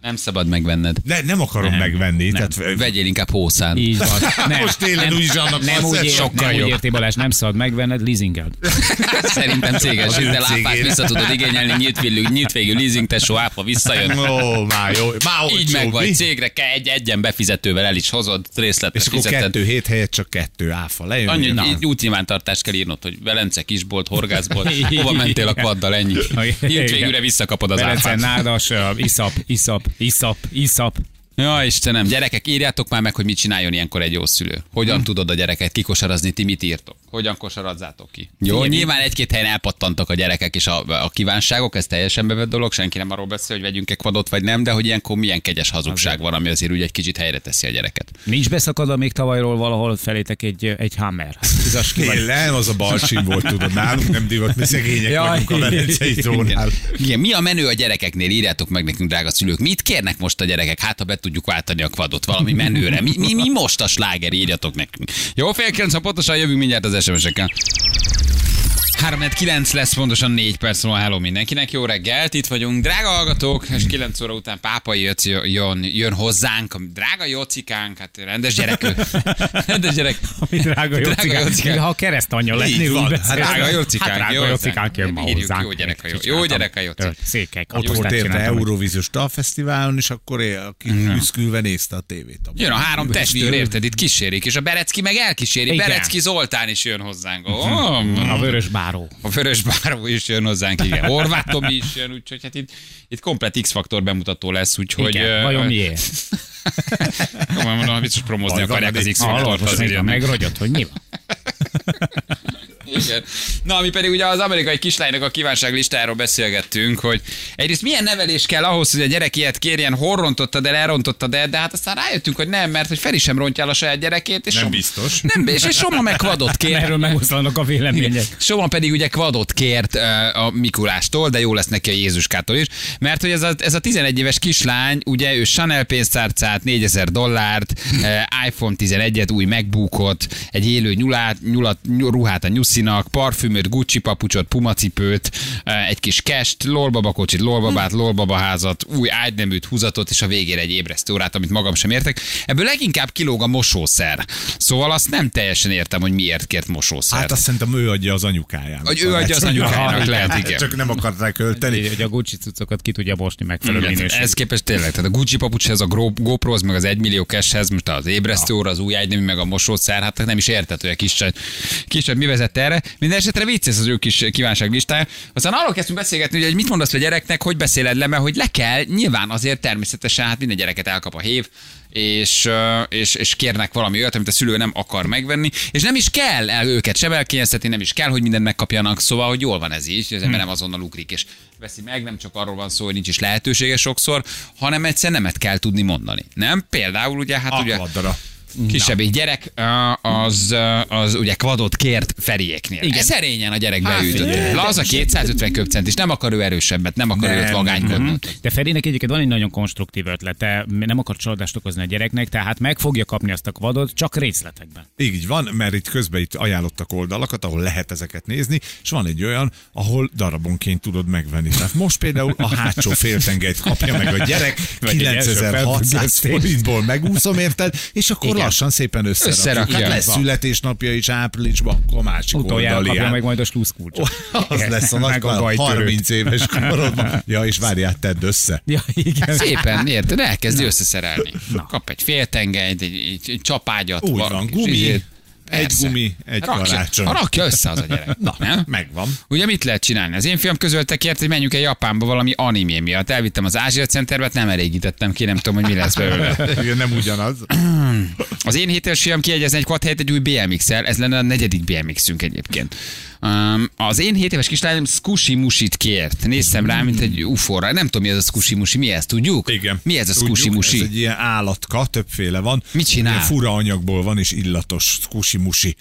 Speaker 1: Nem szabad megvenned.
Speaker 2: Ne, nem akarom nem, megvenni. Nem. Tehát,
Speaker 1: Vegyél inkább hószán.
Speaker 3: Így van. Nem,
Speaker 2: Most tényleg
Speaker 3: nem,
Speaker 2: úgyis annak
Speaker 3: nem
Speaker 2: van
Speaker 3: úgy,
Speaker 2: szett,
Speaker 3: ér,
Speaker 2: sokkal
Speaker 3: nem úgy
Speaker 2: jobb.
Speaker 3: érti Balázs, nem szabad megvenned, leasinged.
Speaker 1: [LAUGHS] Szerintem céges,
Speaker 2: Az ő
Speaker 1: de lápát
Speaker 2: cégére.
Speaker 1: vissza tudod igényelni, nyit végül, nyit végül leasing, tesó, áfa visszajön.
Speaker 2: Ó, már jó. Már
Speaker 1: Így
Speaker 2: olcsóbb,
Speaker 1: meg
Speaker 2: mi?
Speaker 1: vagy cégre, kell egy egyen befizetővel el is hozod, részletre
Speaker 2: És akkor
Speaker 1: fizeted.
Speaker 2: kettő hét helyett csak kettő áfa. Lejön.
Speaker 1: Annyi,
Speaker 2: ugye?
Speaker 1: hogy így útnyilvántartást kell írnod, hogy Velence, Kisbolt, Horgászbolt,
Speaker 3: Igen.
Speaker 1: hova mentél a kvaddal,
Speaker 3: [LAUGHS]
Speaker 1: ennyi. [LAUGHS] Nyit végülre visszakapod az
Speaker 3: Velence,
Speaker 1: áfát.
Speaker 3: nádas, ö, iszap, iszap, iszap, iszap.
Speaker 1: Ja, Istenem, gyerekek, írjátok már meg, hogy mit csináljon ilyenkor egy jó szülő. Hogyan tudod a gyereket kikosarazni, ti mit írtok? Hogyan kosaradzátok ki? Jó,
Speaker 3: Figyelj,
Speaker 1: nyilván egy-két helyen elpattantak a gyerekek és a, a kívánságok, ez teljesen bevett dolog, senki nem arról beszél, hogy vegyünk-e kvadot vagy nem, de hogy ilyenkor milyen kegyes hazugság van, ami azért úgy egy kicsit helyre teszi a gyereket.
Speaker 3: Nincs beszakadva még tavalyról valahol felétek egy, egy
Speaker 1: [LAUGHS]
Speaker 3: Hammer. Bizas ki vagy.
Speaker 2: Tényleg, az a balsin volt, tudod, nálunk nem divat, mi szegények
Speaker 3: Jaj.
Speaker 2: vagyunk a velencei tónál.
Speaker 1: Igen. Igen, mi a menő a gyerekeknél? Írjátok meg nekünk, drága szülők. Mit kérnek most a gyerekek? Hát, ha be tudjuk váltani a kvadot valami menőre. Mi, mi, mi most a sláger? Írjatok nekünk. Jó, fél kilenc, ha pontosan jövünk mindjárt az SMS-ekkel. 3-9 lesz pontosan 4 perc múlva. Hello mindenkinek, jó reggelt, itt vagyunk, drága hallgatók, és 9 óra után Pápai Jöci jön, jön hozzánk, a drága Jocikánk, hát rendes gyerek
Speaker 3: [LAUGHS]
Speaker 1: ő. rendes gyerek.
Speaker 3: Ami drága jó
Speaker 1: Drága jó cikánk.
Speaker 3: cikánk. Ha a keresztanyja lennél,
Speaker 2: van.
Speaker 3: úgy
Speaker 2: Hát
Speaker 3: beszélsz.
Speaker 1: drága jó cikánk,
Speaker 3: Hát
Speaker 1: jó
Speaker 3: drága jó cikánk jön ma
Speaker 1: Írjuk,
Speaker 3: hozzánk.
Speaker 1: jó gyerek a jó- jó
Speaker 3: Csináltam.
Speaker 1: gyerek a jó cikánk.
Speaker 3: Székek.
Speaker 2: Ott volt érte Eurovíziós Dalfesztiválon, és akkor él, aki büszkülve nézte a tévét. Hát
Speaker 1: Jön a három testvér, érted, itt kísérik, és a Berecki meg elkíséri.
Speaker 3: Igen. Mhm.
Speaker 1: Berecki Zoltán is jön hozzánk. Oh,
Speaker 2: Hmm.
Speaker 3: A vörös báró.
Speaker 1: a Vörös Báró is jön hozzánk,
Speaker 3: [LAUGHS]
Speaker 1: igen. Horváth Tomi is jön, úgyhogy hát itt, itt komplet X-faktor bemutató lesz, úgyhogy...
Speaker 3: Igen,
Speaker 1: ö,
Speaker 3: vajon
Speaker 1: ö,
Speaker 3: miért?
Speaker 1: [LAUGHS] Komolyan mondom, biztos promózni
Speaker 2: Vaj, van
Speaker 1: akarják az
Speaker 2: egy-
Speaker 3: Hallod,
Speaker 1: X-faktort.
Speaker 3: most
Speaker 1: azért
Speaker 3: meg,
Speaker 1: jönnek.
Speaker 3: megrogyott, hogy mi
Speaker 2: [LAUGHS]
Speaker 3: van?
Speaker 1: Igen. Na, mi pedig ugye az amerikai kislánynak a kívánság listájáról beszélgettünk, hogy egyrészt milyen nevelés kell ahhoz, hogy a gyerek ilyet kérjen, horrontottad el, elrontottad el, de hát aztán rájöttünk, hogy nem, mert hogy Feri sem rontja el a saját gyerekét. És
Speaker 2: Nem
Speaker 1: Soma-
Speaker 2: biztos.
Speaker 1: Nem, és, és Soma meg kvadot kér.
Speaker 3: Erről megoszlanak a vélemények.
Speaker 1: Soma pedig ugye kvadot kért ö, a Mikulástól, de jó lesz neki a Jézuskától is, mert hogy ez a, ez a 11 éves kislány, ugye ő Chanel pénztárcát, 4000 dollárt, ö, iPhone 11-et, új MacBookot, egy élő nyulát, nyulat, nyul- ruhát a nyuszinak, parfümöt, Gucci papucsot, Puma cipőt, ö, egy kis kest, lolbabakocsit, lolbabát, lolbabaházat, új ágyneműt, húzatot, és a végére egy ébresztőórát, amit magam sem értek. Ebből leginkább kilóg a mosószer. Szóval azt nem teljesen értem, hogy miért kért mosószert.
Speaker 2: Hát azt szerintem ő adja az anyukájának.
Speaker 1: Hogy ő adja az anyukájának, lehet, igen.
Speaker 2: Csak nem akarták ölteni.
Speaker 3: Hogy a Gucci cuccokat ki tudja mosni megfelelő
Speaker 1: Igen,
Speaker 3: minőségben.
Speaker 1: ez képest tényleg, tehát a Gucci papucshez, a Gro- GoProhoz, meg az 1 millió cashhez, most az ébresztőóra, az új ágynemű, meg a mosószer, hát nem is érted, hogy a kis csaj- kis csaj mi vezette erre. Minden esetre vicces az ő kis kívánságlistája. Aztán arról kezdtünk beszélgetni, hogy mit mondasz a gyereknek, hogy beszéled le, mert hogy le kell, nyilván azért természetesen, hát minden gyereket elkap a hév, és, ö, és, és kérnek valami olyat, amit a szülő nem akar megvenni, és nem is kell el őket sem elkényeztetni, nem is kell, hogy mindent megkapjanak, szóval, hogy jól van ez így, az ember nem azonnal ugrik és veszi meg, nem csak arról van szó, hogy nincs is lehetősége sokszor, hanem egyszer nemet kell tudni mondani. Nem? Például ugye, hát ugye
Speaker 2: Akvadra.
Speaker 1: kisebbik gyerek ö, az, ö, az ugye kvadot kért feriéknél. Igen. Hát Szerényen a gyerek beütött.
Speaker 3: figyelj.
Speaker 1: Laza 250 köpcent, és nem akar ő erősebbet, nem akar nem, Mhm. őt vagánykodni.
Speaker 3: De Ferinek egyébként van egy nagyon konstruktív ötlete, nem akar csalódást okozni a gyereknek, tehát meg fogja kapni azt a kvadot, csak részletekben.
Speaker 2: Így van, mert itt közben itt ajánlottak oldalakat, ahol lehet ezeket nézni, és van egy olyan, ahol darabonként tudod megvenni. Tehát most például a hátsó féltengelyt kapja meg a gyerek,
Speaker 3: [LAUGHS] Vagy egy
Speaker 2: 9600
Speaker 3: első
Speaker 2: forintból megúszom, érted? És akkor
Speaker 3: Igen.
Speaker 2: lassan szépen összerakjuk.
Speaker 1: Összerakja.
Speaker 2: Hát lesz születésnapja is áprilisban, akkor a másik
Speaker 3: Utoljára kapja
Speaker 2: oldalján.
Speaker 3: meg majd a slúzkulcsot.
Speaker 2: [LAUGHS] Az lesz a nagy
Speaker 3: Meg a
Speaker 2: a
Speaker 3: bajtörőt.
Speaker 2: 30
Speaker 3: [LAUGHS]
Speaker 2: éves korodban. Ja, és várjál, tedd össze.
Speaker 3: Ja, igen.
Speaker 1: Szépen, érted? Elkezdi összeszerelni. Kap egy féltengelyt, egy, egy, egy csapágyat.
Speaker 2: Úgy
Speaker 1: valami
Speaker 2: van,
Speaker 1: kis
Speaker 2: gumi,
Speaker 1: izét.
Speaker 2: egy
Speaker 1: Persze.
Speaker 2: gumi, egy
Speaker 1: rakja,
Speaker 2: karácsony.
Speaker 1: Rakja össze az a gyerek. Na, nem?
Speaker 2: Megvan. [LAUGHS]
Speaker 1: Ugye mit lehet csinálni? Az én fiam közölte kért, hogy menjünk el Japánba valami animé miatt. Elvittem az Ázsia Centerbet, nem elégítettem ki, nem tudom, hogy mi lesz belőle.
Speaker 2: Ugye Nem ugyanaz.
Speaker 1: Az én hétes fiam kiegyezne egy quad helyett egy új BMX-el, ez lenne a negyedik BMX-ünk egyébként. Um, az én 7 éves kislányom Squishy Musit kért. Néztem rá, mint egy ufóra. Nem tudom, mi ez a Squishy Musi, mi ez, tudjuk?
Speaker 2: Igen.
Speaker 1: Mi ez a
Speaker 2: Tudjuk,
Speaker 1: Squishy Musi?
Speaker 2: Ez egy ilyen állatka, többféle van.
Speaker 1: Mit csinál?
Speaker 2: Ilyen fura anyagból van, és illatos Squishy musi.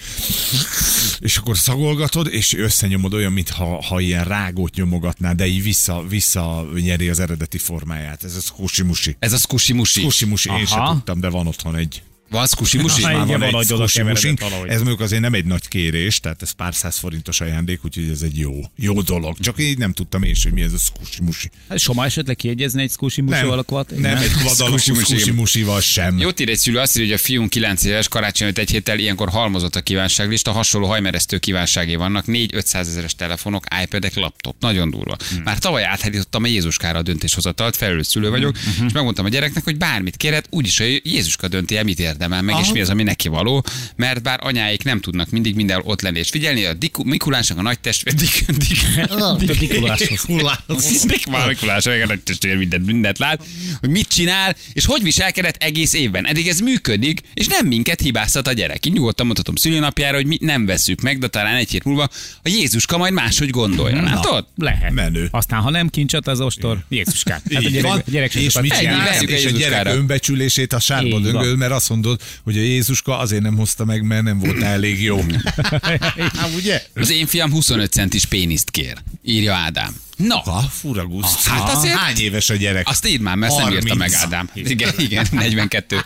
Speaker 2: és akkor szagolgatod, és összenyomod olyan, mintha ha ilyen rágót nyomogatná, de így vissza, vissza nyeri az eredeti formáját. Ez a Squishy musi.
Speaker 1: Ez a Squishy Musi.
Speaker 2: Squishy musi, én sem
Speaker 3: Aha.
Speaker 2: tudtam, de van otthon egy.
Speaker 1: Vaszkusi musi?
Speaker 3: Na,
Speaker 2: már
Speaker 3: igen,
Speaker 2: van egy
Speaker 3: valahogy oda
Speaker 2: szkusi
Speaker 3: keveredett
Speaker 2: musink.
Speaker 3: valahogy.
Speaker 2: Ez mondjuk azért nem egy nagy kérés, tehát ez pár száz forintos ajándék, úgyhogy ez egy jó, jó dolog. Csak így nem tudtam én is, hogy mi ez a szkusi musi.
Speaker 3: Hát Soma esetleg kiegyezne egy szkósi musóval a kvat?
Speaker 2: nem, nem, egy kvad alakú
Speaker 1: Szkusi musi.
Speaker 2: szkusi musival sem.
Speaker 1: Jót ír egy szülő azt írja, hogy a fiunk 9 éves karácsony előtt egy héttel ilyenkor halmozott a kívánságlista, hasonló hajmeresztő kívánságé vannak, 4-500 ezeres telefonok, iPad-ek, laptop. Nagyon durva. Már tavaly áthárítottam a Jézuskára a döntéshozatalt, felelős szülő vagyok, és megmondtam a gyereknek, hogy bármit kérhet, úgyis a Jézuska dönti el, mit érdemel meg, és mi az, ami neki való, mert bár anyáik nem tudnak mindig mindenhol ott lenni és figyelni, a Diku, Mikulásnak a nagy testvér, Dik, Dik,
Speaker 2: Ah,
Speaker 3: Tudod, Mikuláshoz.
Speaker 1: Nick Malikulás, olyan nagy testvér mindent, mindent lát, hogy mit csinál, és hogy viselkedett egész évben. Eddig ez működik, és nem minket hibáztat a gyerek. Így nyugodtan mondhatom szülőnapjára, hogy mi nem veszük meg, de talán egy hét múlva a Jézuska majd máshogy gondolja. Látod?
Speaker 3: Lehet.
Speaker 2: Menő.
Speaker 3: Aztán, ha nem kincsat az ostor, Jézuskám. Hát a
Speaker 2: Így van.
Speaker 3: gyerek, gyerek sem
Speaker 2: és
Speaker 3: sokat
Speaker 2: mit
Speaker 1: Egy,
Speaker 2: csinál?
Speaker 1: veszük
Speaker 2: És
Speaker 1: a
Speaker 2: a gyerek
Speaker 1: Jézuskára.
Speaker 2: önbecsülését a sárba
Speaker 3: Így van.
Speaker 2: döngöl, mert azt mondod, hogy a Jézuska azért nem hozta meg, mert nem volt elég jó. Hát ugye?
Speaker 1: Az én fiam 25 centis péniszt kér, írja Ádám. Na,
Speaker 2: Ha, fura guszt.
Speaker 1: Hát
Speaker 2: Ha,
Speaker 1: azért-
Speaker 2: Hány éves a gyerek?
Speaker 1: azt írd már, mert ezt nem írta
Speaker 2: 30.
Speaker 1: meg Ádám. Igen, igen, 42.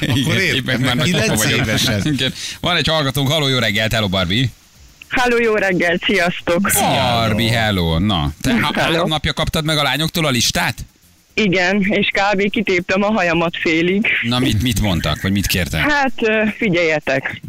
Speaker 1: Igen,
Speaker 2: értem,
Speaker 1: éppen már nagy
Speaker 2: 9
Speaker 1: papa vagyok.
Speaker 2: évesen.
Speaker 1: Igen. Van egy hallgatónk, haló, jó reggelt, hello Barbie.
Speaker 5: Háló, jó reggel, sziasztok!
Speaker 1: Arbi, hello. Na, te há-
Speaker 5: [LAUGHS] Hello.
Speaker 1: három napja kaptad meg a lányoktól a listát?
Speaker 5: Igen, és kb. kitéptem a hajamat félig.
Speaker 1: Na, mit, mit mondtak, vagy mit kértek?
Speaker 5: Hát ö, figyeljetek,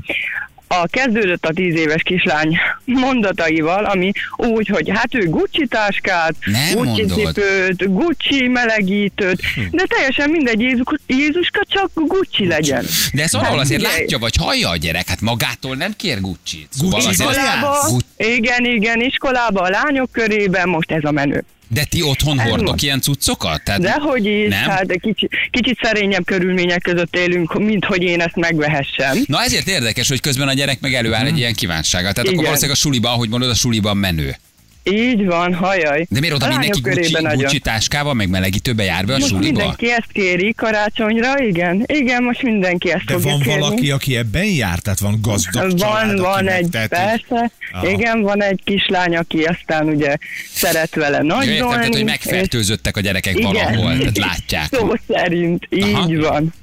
Speaker 5: a kezdődött a tíz éves kislány mondataival, ami úgy, hogy hát ő Gucci táskát,
Speaker 1: Nem
Speaker 5: Gucci
Speaker 1: mondod. Hm.
Speaker 5: cipőt, Gucci melegítőt, de teljesen mindegy, Jézus, Jézuska csak Gucci legyen.
Speaker 1: De ez arról
Speaker 5: Hát
Speaker 1: azért
Speaker 5: figyelj.
Speaker 1: látja, vagy hallja a gyerek, hát magától nem kér Gucci-t. Szóval
Speaker 2: Gucci
Speaker 1: azért-
Speaker 5: Iskolába,
Speaker 1: Gu-
Speaker 5: igen, igen, iskolába, a lányok körében most ez a menő.
Speaker 1: De ti otthon
Speaker 5: Ez
Speaker 1: hordok
Speaker 5: van.
Speaker 1: ilyen cuccokat? Tehát
Speaker 5: Dehogy is,
Speaker 1: Nem?
Speaker 5: hát kicsi, kicsit szerényebb körülmények között élünk, mint hogy én ezt megvehessem.
Speaker 1: Na ezért érdekes, hogy közben a gyerek meg előáll egy ilyen kívánsággal. Tehát akkor
Speaker 5: Mhm. Igen.
Speaker 1: valószínűleg a suliba, ahogy mondod, a suliban menő.
Speaker 5: Így van, hajaj.
Speaker 1: De miért oda
Speaker 5: A lányok
Speaker 1: mindenki Gucci,
Speaker 5: körében nagyon.
Speaker 1: Gucci táskával, meg melegítőbe jár be a
Speaker 5: Most
Speaker 1: suliba?
Speaker 5: mindenki ezt kéri karácsonyra, igen. Igen, most mindenki ezt
Speaker 2: De
Speaker 5: fogja
Speaker 2: van
Speaker 5: kérni.
Speaker 2: valaki, aki ebben jár? Tehát van gazdag
Speaker 5: Van,
Speaker 2: család,
Speaker 5: van
Speaker 2: akinek
Speaker 5: egy,
Speaker 2: tehát így-
Speaker 5: persze,
Speaker 2: Aha.
Speaker 5: igen, van egy kislány, aki aztán ugye szeret vele
Speaker 1: Ja, értem, tehát,
Speaker 5: nagyon.
Speaker 1: hogy megfertőzöttek a gyerekek
Speaker 5: Igen. Szóval
Speaker 1: valahol, tehát látják.
Speaker 5: Szó szerint, így
Speaker 1: Aha.
Speaker 5: van.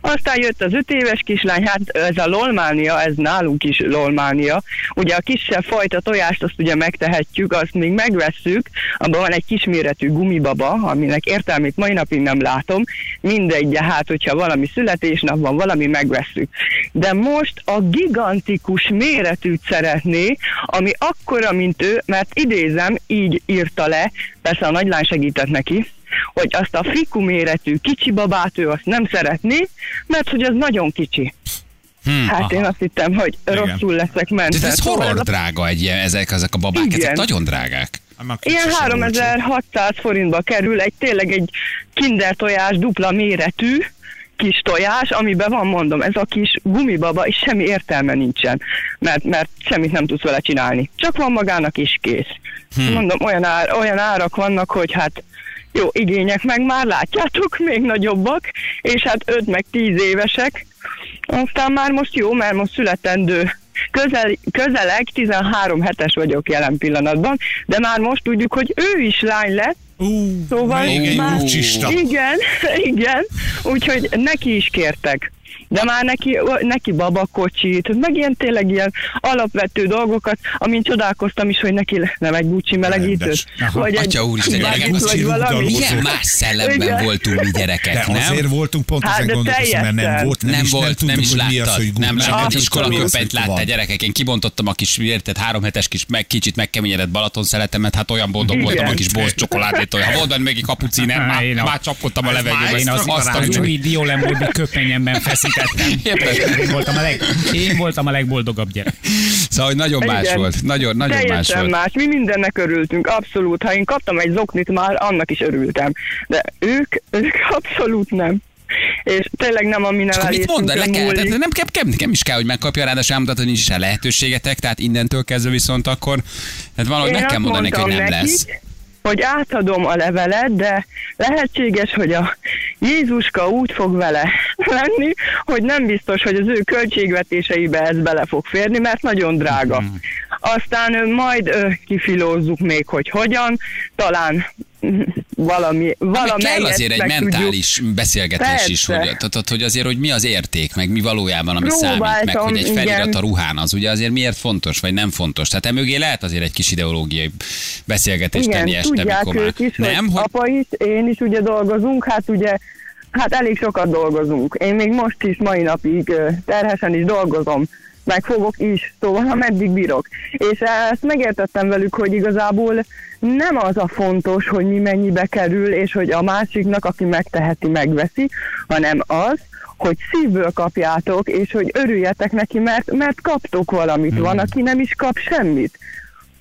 Speaker 5: Aztán jött az öt éves kislány, hát ez a lolmánia, ez nálunk is lolmánia. Ugye a kisebb fajta tojást azt ugye megtehetjük, azt még megvesszük, abban van egy kisméretű gumibaba, aminek értelmét mai napig nem látom. Mindegy, de hát hogyha valami születésnap van, valami megvesszük. De most a gigantikus méretűt szeretné, ami akkora, mint ő, mert idézem, így írta le, persze a nagylány segített neki, hogy azt a fiku méretű kicsi babát ő azt nem szeretné, mert hogy az nagyon kicsi.
Speaker 1: Hmm,
Speaker 5: Hát én azt hittem, hogy
Speaker 2: Igen.
Speaker 5: rosszul leszek Szóval
Speaker 1: Tehát
Speaker 5: mentve.
Speaker 1: ez horror drága egy ilyen, ezek, ezek a babák,
Speaker 5: Igen.
Speaker 1: ezek nagyon drágák.
Speaker 2: Hát már kicsi
Speaker 5: Ilyen
Speaker 2: sem olcsó.
Speaker 5: 3600 forintba kerül egy tényleg egy kinder tojás dupla méretű kis tojás, amiben van, mondom, ez a kis gumibaba, és semmi értelme nincsen, mert, mert semmit nem tudsz vele csinálni. Csak van magának is kész. Hmm. Mondom, olyan, ár, olyan árak vannak, hogy hát jó, igények meg már látjátok, még nagyobbak, és hát 5 meg 10 évesek, aztán már most jó, mert most születendő. Közel, közeleg 13 hetes vagyok jelen pillanatban, de már most tudjuk, hogy ő is lány lett,
Speaker 2: Ú,
Speaker 5: Szóval
Speaker 2: még egy
Speaker 5: már-
Speaker 2: gucsista.
Speaker 5: igen, [LAUGHS] igen, úgyhogy neki is kértek. De már neki, neki babakocsit, meg ilyen tényleg ilyen alapvető dolgokat, amin csodálkoztam is, hogy neki nem egy Gucci melegítőt.
Speaker 2: Rendes.
Speaker 5: Vagy egy
Speaker 1: Atya úristen,
Speaker 5: Gucci
Speaker 1: gyerekek,
Speaker 5: vagy
Speaker 1: azt
Speaker 2: csinálunk,
Speaker 5: valami.
Speaker 2: dolgozunk.
Speaker 1: Milyen más szellemben
Speaker 5: Igen.
Speaker 1: voltunk mi gyerekek,
Speaker 2: De
Speaker 1: nem?
Speaker 2: azért voltunk pont
Speaker 5: Hát,
Speaker 2: ezen
Speaker 5: de
Speaker 2: gondolkozom, mert nem
Speaker 5: teljesen.
Speaker 2: volt, nem,
Speaker 1: nem,
Speaker 2: is,
Speaker 1: volt,
Speaker 2: nem,
Speaker 1: nem, is
Speaker 2: tudtuk, hogy mi az,
Speaker 1: láttad.
Speaker 2: hogy
Speaker 1: nem
Speaker 2: gucci.
Speaker 1: láttad,
Speaker 5: Abszolút.
Speaker 1: iskola köpenyt
Speaker 2: Van.
Speaker 1: láttál gyerekek. Én kibontottam a kis, érted, három hetes kis, meg kicsit megkeményedett Balaton szeletemet, hát olyan boldog
Speaker 5: Igen.
Speaker 1: voltam a kis borz csokoládétól. Ha volt benne még egy kapuciner, már,
Speaker 3: Én a-
Speaker 1: már csapkodtam a levegőbe.
Speaker 3: Én
Speaker 1: Én
Speaker 3: az,
Speaker 1: azt,
Speaker 3: azt
Speaker 1: azt
Speaker 3: az
Speaker 1: csak
Speaker 3: új diolemolbi köpenyemben feszítettem.
Speaker 1: Érted?
Speaker 3: Én voltam, a leg, én voltam a legboldogabb gyerek.
Speaker 1: Szóval, hogy nagyon más
Speaker 5: Igen.
Speaker 1: volt. Nagyon, nagyon más
Speaker 5: Teljesen
Speaker 1: volt.
Speaker 5: más. Mi mindennek örültünk, abszolút. Ha én kaptam egy zoknit, már annak is örültem. De ők, ők [LAUGHS] abszolút nem. És tényleg nem a mi
Speaker 1: És akkor mit
Speaker 5: nevelésünkön
Speaker 1: mond, le kell,
Speaker 5: múlik.
Speaker 1: tehát nem, kell, nem, nem, is kell, hogy megkapja, ráadásul elmondta, hogy nincs is rá lehetőségetek, tehát innentől kezdve viszont akkor, tehát valahogy
Speaker 5: Én
Speaker 1: meg kell
Speaker 5: azt
Speaker 1: mondani, neki, hogy nem
Speaker 5: mondtam
Speaker 1: lesz.
Speaker 5: nekik, hogy átadom a levelet, de lehetséges, hogy a Jézuska úgy fog vele [LAUGHS] lenni, hogy nem biztos, hogy az ő költségvetéseibe ez bele fog férni, mert nagyon drága.
Speaker 1: Mhm.
Speaker 5: Aztán ö, majd ö, kifilózzuk még, hogy hogyan, talán mm, valami,
Speaker 1: Meg
Speaker 5: valamelyet
Speaker 1: kell azért egy
Speaker 5: meg tudjuk
Speaker 1: mentális beszélgetés
Speaker 5: Persze.
Speaker 1: is, hogy, tehát, tehát, hogy azért, hogy mi az érték, meg mi valójában, ami számít, meg
Speaker 5: Próbáltam,
Speaker 1: hogy egy felirat
Speaker 5: igen.
Speaker 1: a ruhán, az ugye azért miért fontos, vagy nem fontos. Tehát emögé lehet azért egy kis ideológiai beszélgetést tenni
Speaker 5: Igen,
Speaker 1: este,
Speaker 5: tudják
Speaker 1: mikor már.
Speaker 5: ők is,
Speaker 1: nem,
Speaker 5: hogy
Speaker 1: hogy
Speaker 5: apa is, én is ugye dolgozunk, hát ugye Hát elég sokat dolgozunk. Én még most is, mai napig ö, terhesen is dolgozom, meg fogok is, szóval ameddig bírok. És ezt megértettem velük, hogy igazából nem az a fontos, hogy mi mennyibe kerül, és hogy a másiknak, aki megteheti, megveszi, hanem az, hogy szívből kapjátok, és hogy örüljetek neki, mert, mert kaptok valamit.
Speaker 1: Hmm.
Speaker 5: Van, aki nem is kap semmit.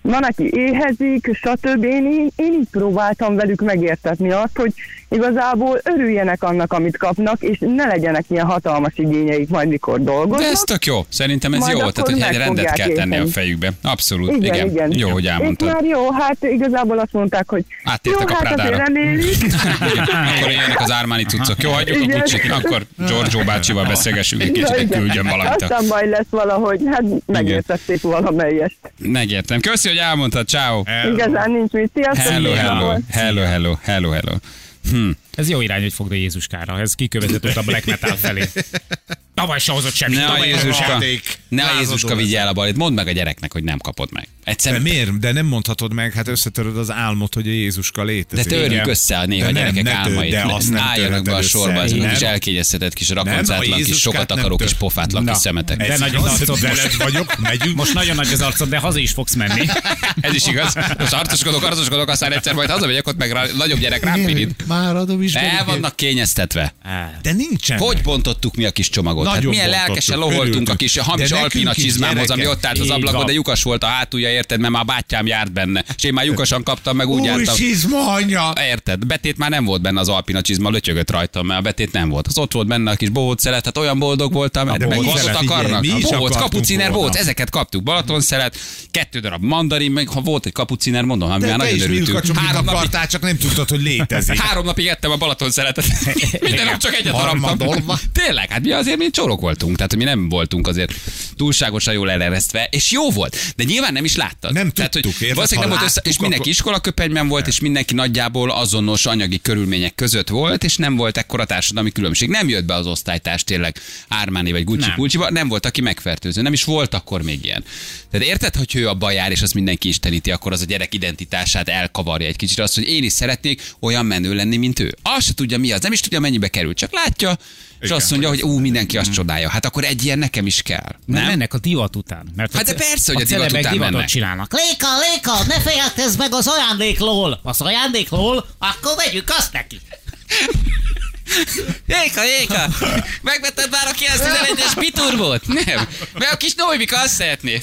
Speaker 5: Van, aki éhezik, stb. Én, én, én így próbáltam velük megértetni azt, hogy igazából örüljenek annak, amit kapnak, és ne legyenek ilyen hatalmas igényeik majd, mikor
Speaker 1: de
Speaker 5: dolgoznak.
Speaker 1: ez tök jó. Szerintem ez
Speaker 5: Majd
Speaker 1: jó,
Speaker 5: akkor
Speaker 1: tehát hogy
Speaker 5: meg
Speaker 1: egy rendet
Speaker 5: fogják
Speaker 1: kell tenni a
Speaker 5: érteni.
Speaker 1: fejükbe. Abszolút,
Speaker 5: igen, igen,
Speaker 1: Jó, hogy
Speaker 5: És
Speaker 1: elmondtad.
Speaker 5: már jó, hát igazából azt mondták, hogy
Speaker 1: Áttértek
Speaker 5: jó,
Speaker 1: a
Speaker 5: hát azért
Speaker 1: Prádára. [LAUGHS]
Speaker 5: reméljük.
Speaker 1: akkor jönnek az Armani cuccok. Jó, hagyjuk a
Speaker 5: Igen.
Speaker 1: Gucci-t, akkor Giorgio bácsival beszélgessünk egy kicsit, hogy
Speaker 5: Igen.
Speaker 1: küldjön valamit. a-
Speaker 5: Aztán majd lesz valahogy, hát megértették valamelyest.
Speaker 1: Megértem. Köszi, hogy elmondtad. Ciao.
Speaker 5: Igazán nincs mit. Sziasztok!
Speaker 1: Hello, hello, hello, hello, hello, hello. Hm.
Speaker 3: Ez jó irány, hogy fogd a Jézuskára. Ez kikövezetőt a black metal felé. Tavaly se hozott semmit.
Speaker 1: Ne a
Speaker 3: tavaly-
Speaker 1: Jézuska,
Speaker 2: játék.
Speaker 1: ne a
Speaker 2: Lázadó
Speaker 1: Jézuska
Speaker 2: ez.
Speaker 1: vigye el a balit. Mondd meg a gyereknek, hogy nem kapod meg.
Speaker 2: De
Speaker 1: Egyszer,
Speaker 2: miért? De nem mondhatod meg, hát összetöröd az álmot, hogy a Jézuska
Speaker 1: de
Speaker 2: létezik.
Speaker 1: törjük
Speaker 2: Igen.
Speaker 1: össze a néha
Speaker 2: De nem,
Speaker 1: gyerekek
Speaker 2: ne törd,
Speaker 1: álmait.
Speaker 2: de azt nem
Speaker 1: Álljanak
Speaker 2: törheted
Speaker 1: be a sorba,
Speaker 2: össze.
Speaker 1: ezek a
Speaker 2: Nem.
Speaker 1: kis elkényeztetett kis rakoncátlan, kis
Speaker 2: Jézuskát
Speaker 1: sokat
Speaker 2: nem
Speaker 1: akaró
Speaker 2: tör.
Speaker 1: kis pofátlan
Speaker 3: Na.
Speaker 1: kis szemetek.
Speaker 3: De
Speaker 2: Ez
Speaker 3: nagy
Speaker 2: igaz,
Speaker 3: az arcod
Speaker 2: veled
Speaker 3: most.
Speaker 2: vagyunk, megyünk.
Speaker 3: Most nagyon nagy az arcod, de haza is fogsz menni.
Speaker 1: Ez is igaz.
Speaker 2: [LAUGHS]
Speaker 1: Most arcoskodok, arcoskodok, aztán egyszer majd hazamegyek, ott meg rá, nagyobb gyerek rám pirít.
Speaker 2: Már adom is.
Speaker 1: El
Speaker 2: gyerekek.
Speaker 1: vannak kényeztetve.
Speaker 2: De nincsen.
Speaker 1: Hogy bontottuk mi a kis csomagot? Hát
Speaker 2: Nagyon
Speaker 1: milyen
Speaker 2: bontottuk,
Speaker 1: lelkesen loholtunk
Speaker 2: örültünk.
Speaker 1: a kis hamis
Speaker 2: De nekünk
Speaker 1: alpina
Speaker 2: is,
Speaker 1: csizmámhoz, ami
Speaker 2: gyerekek.
Speaker 1: ott állt az
Speaker 3: Így
Speaker 1: ablakon,
Speaker 3: van.
Speaker 1: de lyukas volt a hátulja, érted, mert már bátyám járt benne. És én már lyukasan kaptam, meg úgy
Speaker 2: Új
Speaker 1: jártam.
Speaker 2: csizma anya!
Speaker 1: Érted? Betét már nem volt benne az alpina csizma, lötyögött rajtam, mert a betét nem volt. Az ott volt benne a kis bohóc szelet, tehát olyan boldog voltam, de meg
Speaker 2: bohóc
Speaker 1: bohócot
Speaker 2: szelet, figyelj,
Speaker 1: akarnak.
Speaker 2: mi
Speaker 1: A
Speaker 2: is
Speaker 1: bohóc,
Speaker 2: akartunk
Speaker 1: kapuciner
Speaker 2: volna.
Speaker 1: bohóc, ezeket kaptuk. Balaton szelet, kettő darab mandarin, meg ha volt egy kapuciner, mondom, hát mi már
Speaker 2: Te
Speaker 1: nagyon
Speaker 2: is
Speaker 1: örültünk.
Speaker 2: milkacsomit
Speaker 1: Három napig,
Speaker 2: akartál, csak nem tudtad, hogy létezik.
Speaker 1: három napig ettem a Balaton
Speaker 2: [LAUGHS]
Speaker 1: szeletet. Minden nap csak egyet haraptam.
Speaker 2: Harmadolva.
Speaker 1: Tényleg, hát mi azért mi csórok voltunk, tehát mi nem voltunk azért túlságosan jól eleresztve, és jó volt, de nyilván nem is láttad.
Speaker 2: Nem
Speaker 1: tehát,
Speaker 2: tudtuk,
Speaker 1: hogy
Speaker 2: érted?
Speaker 1: valószínűleg nem
Speaker 2: Ha
Speaker 1: volt össze,
Speaker 2: láttuk,
Speaker 1: és mindenki
Speaker 2: akkor-
Speaker 1: iskola köpenyben volt, és mindenki nagyjából azonos anyagi körülmények között volt, és nem volt ekkora társadalmi különbség. Nem jött be az osztálytárs tényleg Ármáni vagy Gucci
Speaker 3: Nem.
Speaker 1: Kulcsiba, nem volt, aki megfertőző, nem is volt akkor még ilyen. Tehát érted, hogy ő abban jár, és azt mindenki isteníti, akkor az a gyerek identitását elkavarja egy kicsit, azt, hogy én is szeretnék olyan menő lenni, mint ő. Azt se tudja, mi az, nem is tudja, mennyibe kerül, csak látja, és azt mondja, hogy ú, mindenki azt csodálja. Hát akkor egy ilyen nekem is kell.
Speaker 3: Nem?
Speaker 1: Nem?
Speaker 3: Mennek a divat után. Mert
Speaker 1: Hát de
Speaker 3: a-
Speaker 1: persze, hogy a divat
Speaker 3: celebek
Speaker 1: után
Speaker 3: divatot
Speaker 1: mennek.
Speaker 3: csinálnak.
Speaker 6: Léka, Léka, ne féltezz meg az ajándéklól! Az ajándéklól? Akkor vegyük azt neki!
Speaker 1: Jéka, jéka! Megvetted már a 911-es biturbót? Nem. Mert a kis Noémika azt szeretné.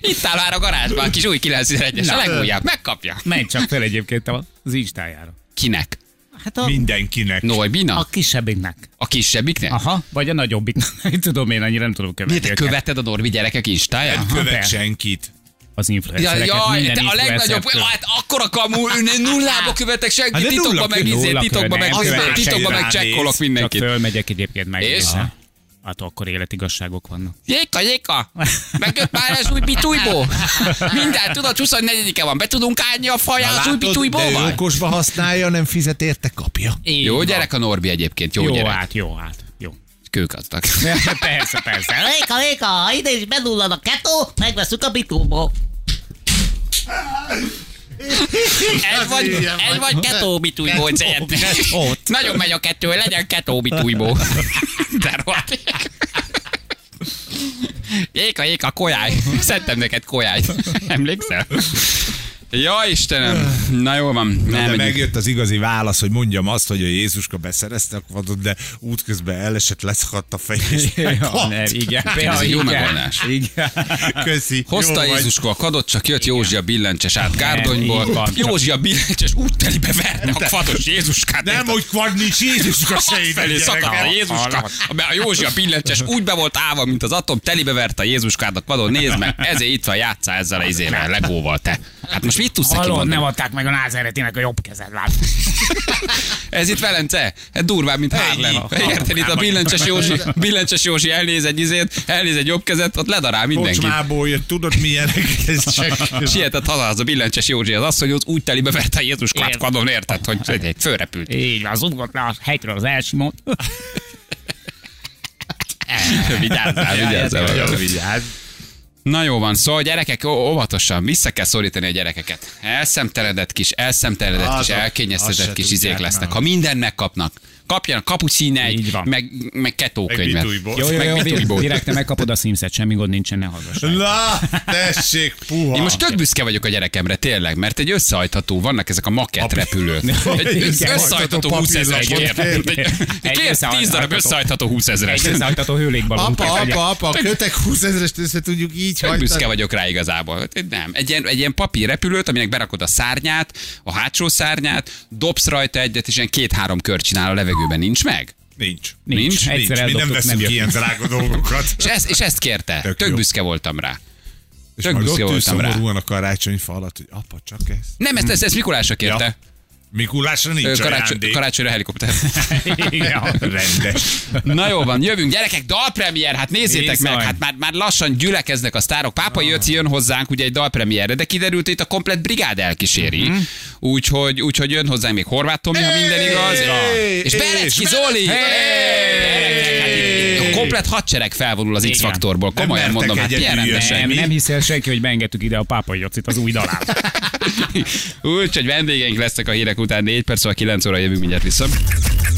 Speaker 1: Itt áll már a garázsban a kis új 911-es, a legújabb. Megkapja.
Speaker 3: Menj csak fel egyébként az Instájára.
Speaker 1: Kinek?
Speaker 6: Hát a,
Speaker 2: Mindenkinek.
Speaker 1: Noébina?
Speaker 3: A kisebbiknek.
Speaker 1: A kisebbiknek?
Speaker 3: Aha, vagy a nagyobbiknek. [LAUGHS] Nem tudom, én annyira nem tudom
Speaker 1: Miért
Speaker 3: követni.
Speaker 1: te
Speaker 3: őket.
Speaker 1: követted a Norvi gyerekek instáját?
Speaker 2: Követ
Speaker 3: de.
Speaker 2: senkit.
Speaker 3: Az
Speaker 1: Ja,
Speaker 3: influencereket.
Speaker 1: jaj,
Speaker 3: minden
Speaker 1: te a legnagyobb,
Speaker 3: influencertől.
Speaker 1: hát akkora kamu, én nullába követek
Speaker 2: Hát
Speaker 1: senkit,
Speaker 2: de
Speaker 1: titokba
Speaker 2: nulla
Speaker 1: meg izé,
Speaker 3: követek,
Speaker 1: titokba meg,
Speaker 3: nem
Speaker 1: izé,
Speaker 3: követek
Speaker 1: titokba
Speaker 2: senkit.
Speaker 1: meg csekkolok
Speaker 3: Csak
Speaker 1: mindenkit.
Speaker 3: fölmegyek egyébként meg.
Speaker 1: És?
Speaker 3: Hát akkor életigazságok vannak.
Speaker 1: Jéka, jéka! Megjött már az új bitújbó! Minden, tudod, 24-e van, be tudunk állni a faját az új
Speaker 2: de ő
Speaker 1: bitújbóval?
Speaker 2: okosba használja, nem fizet érte, kapja.
Speaker 1: Jó gyerek a Norbi egyébként, jó,
Speaker 3: Jó,
Speaker 1: jó gyerek. Hát,
Speaker 3: hát, jó, hát,
Speaker 1: [LAUGHS]
Speaker 3: jó.
Speaker 1: Kőgazdag.
Speaker 2: [LAUGHS]
Speaker 3: persze, persze.
Speaker 6: Léka, Léka, Szóval, ha ide is bedullad a ketó, megveszünk a bitúból.
Speaker 1: egy vagy, egy vagy ketóbitújbót szeretnék. Nagyon megy a kettő, hogy legyen ketóbitújbó. De rohadt. Jéka, jéka, kolyáj. Szedtem neked kolyájt. Emlékszel? Ja, Istenem. Na jó van.
Speaker 2: Na,
Speaker 1: Nem,
Speaker 2: de
Speaker 1: meg...
Speaker 2: megjött az igazi válasz, hogy mondjam azt, hogy a Jézuska beszerezte a kvadot, de útközben elesett, leszakadt a fej,
Speaker 1: [LAUGHS]
Speaker 2: és
Speaker 3: Ja,
Speaker 2: meghalt.
Speaker 3: nem, igen.
Speaker 1: hát, Ez egy jó
Speaker 3: igen,
Speaker 1: megoldás.
Speaker 3: Igen.
Speaker 2: [LAUGHS] Köszi.
Speaker 1: Hozta
Speaker 2: Jó vagy.
Speaker 1: Jézuskó a kadot, csak jött Józsi a billencses át
Speaker 3: így
Speaker 1: Gárdonyból.
Speaker 3: van.
Speaker 1: Józsi a billencses úttelibe verne a fatos Jézuskát.
Speaker 2: Nem, hogy kvad nincs Jézuska se ide,
Speaker 1: Hát Felé szakadt a
Speaker 2: gyerekek.
Speaker 1: Jézuska, a Józsi a billencses úgy be volt állva, mint az atom, telibe verte a Jézuskádat vadon, nézd meg, ezért itt van, játszál ezzel a izével, legóval te. Hát most mit tudsz neki
Speaker 3: Hallod, nem
Speaker 1: mondani?
Speaker 3: adták meg a názeretének a jobb kezed, lát.
Speaker 1: Ez itt Velence, ez durvább, mint Harlem. Érted, itt a Billencses Józsi, Billencses Józsi elnéz egy izét, elnéz egy jobb kezet, ott ledarál mindenki.
Speaker 2: Kocsmából jött, tudod milyenek ez csak.
Speaker 1: Sietett haza az a Billencses Józsi, az asszony ott úgy telibe verte a Jézus klapkadon, érted, hogy egy fölrepült.
Speaker 3: Így van, zúgott le a hegyről az elsimon.
Speaker 1: [LAUGHS]
Speaker 3: [LAUGHS]
Speaker 1: Vigyázzál, vigyázzál.
Speaker 2: Vigyázz.
Speaker 1: Na jó van, szóval gyerekek, ó- óvatosan, vissza kell szorítani a gyerekeket. Elszemteledett kis, elszemteledett kis,
Speaker 2: Azok, azt
Speaker 1: elkényeztetett
Speaker 2: se
Speaker 1: kis
Speaker 2: tudják
Speaker 1: izék
Speaker 2: már.
Speaker 1: lesznek. Ha mindennek kapnak, kapjanak
Speaker 3: Így
Speaker 1: kapucinegy,
Speaker 3: van.
Speaker 1: meg, meg ketókönyvet.
Speaker 2: bitújból.
Speaker 3: Jó, jó, jó,
Speaker 1: Meg
Speaker 3: jó,
Speaker 1: bitújból.
Speaker 3: direkt te megkapod a szímszet, semmi gond nincsen, ne hallgass.
Speaker 2: Na, tessék, puha.
Speaker 1: Én most tök büszke vagyok a gyerekemre, tényleg, mert egy összehajtható, vannak ezek a makett repülők. Egy
Speaker 2: Igen,
Speaker 1: összehajtható
Speaker 2: papírlapot
Speaker 1: 20 ezeres
Speaker 2: kérek.
Speaker 3: Egy
Speaker 1: Kérsz 10 darab
Speaker 3: összehajtható-
Speaker 1: összehajtható 20 ezeres.
Speaker 3: Egy összehajtató hőlékbalon.
Speaker 2: Apa, apa, apa, kötek 20 ezerest össze tudjuk így
Speaker 1: Tök büszke
Speaker 2: hajtani.
Speaker 1: vagyok rá igazából. Nem. Egy ilyen, egy ilyen papír repülőt, aminek berakod a szárnyát, a hátsó szárnyát, dobsz rajta egyet, és ilyen két-három kör csinál a levegőben. Nincs meg?
Speaker 2: Nincs.
Speaker 1: Nincs.
Speaker 3: Egyszer
Speaker 2: Nincs. Mi nem
Speaker 3: eldobtuk, nem
Speaker 2: veszünk
Speaker 3: jött.
Speaker 2: ilyen drága dolgokat.
Speaker 1: [LAUGHS] És ezt, és ezt kérte. Tök,
Speaker 2: Tök
Speaker 1: Tök
Speaker 2: jó.
Speaker 1: büszke voltam rá.
Speaker 2: És
Speaker 1: Tök
Speaker 2: majd ott
Speaker 1: büszke
Speaker 2: ül
Speaker 1: voltam rá.
Speaker 2: szomorúan a karácsonyfa alatt, hogy apa, csak ez.
Speaker 1: Nem, ezt, ezt, ezt Mikulásra kérte.
Speaker 2: Mikulásra
Speaker 1: Ja.
Speaker 2: nincs
Speaker 1: Karácsony,
Speaker 2: ajándék.
Speaker 1: karácsonyra helikopter.
Speaker 3: [LAUGHS]
Speaker 2: [LAUGHS]
Speaker 1: [LAUGHS]
Speaker 3: Igen.
Speaker 2: Rendes.
Speaker 1: Na jó van, jövünk, gyerekek, dalpremiér, hát nézzétek
Speaker 3: Bizony.
Speaker 1: meg, hát már, már lassan gyülekeznek a sztárok. Pápa
Speaker 2: Ah.
Speaker 1: Jöci jön hozzánk ugye egy dalpremiérre, de kiderült, hogy itt a komplet brigád elkíséri.
Speaker 2: Mhm.
Speaker 1: Úgyhogy, úgyhogy jön hozzánk még Horváth Tomi, ha minden igaz. És Berecki Zoli! Gyerekek, hát itt A komplet hadsereg felvonul az X-faktorból,
Speaker 2: Nem
Speaker 1: komolyan
Speaker 2: mertek
Speaker 1: mondom, hát
Speaker 2: egyedül
Speaker 1: ilyen rendesen.
Speaker 2: jönni.
Speaker 1: [LAUGHS]
Speaker 3: Nem, nem hiszel senki, hogy beengedtük ide a pápai jocit az új dalát.
Speaker 1: Úgyhogy vendégeink lesznek a hírek után 4 perc, szóval 9 óra jövünk mindjárt vissza.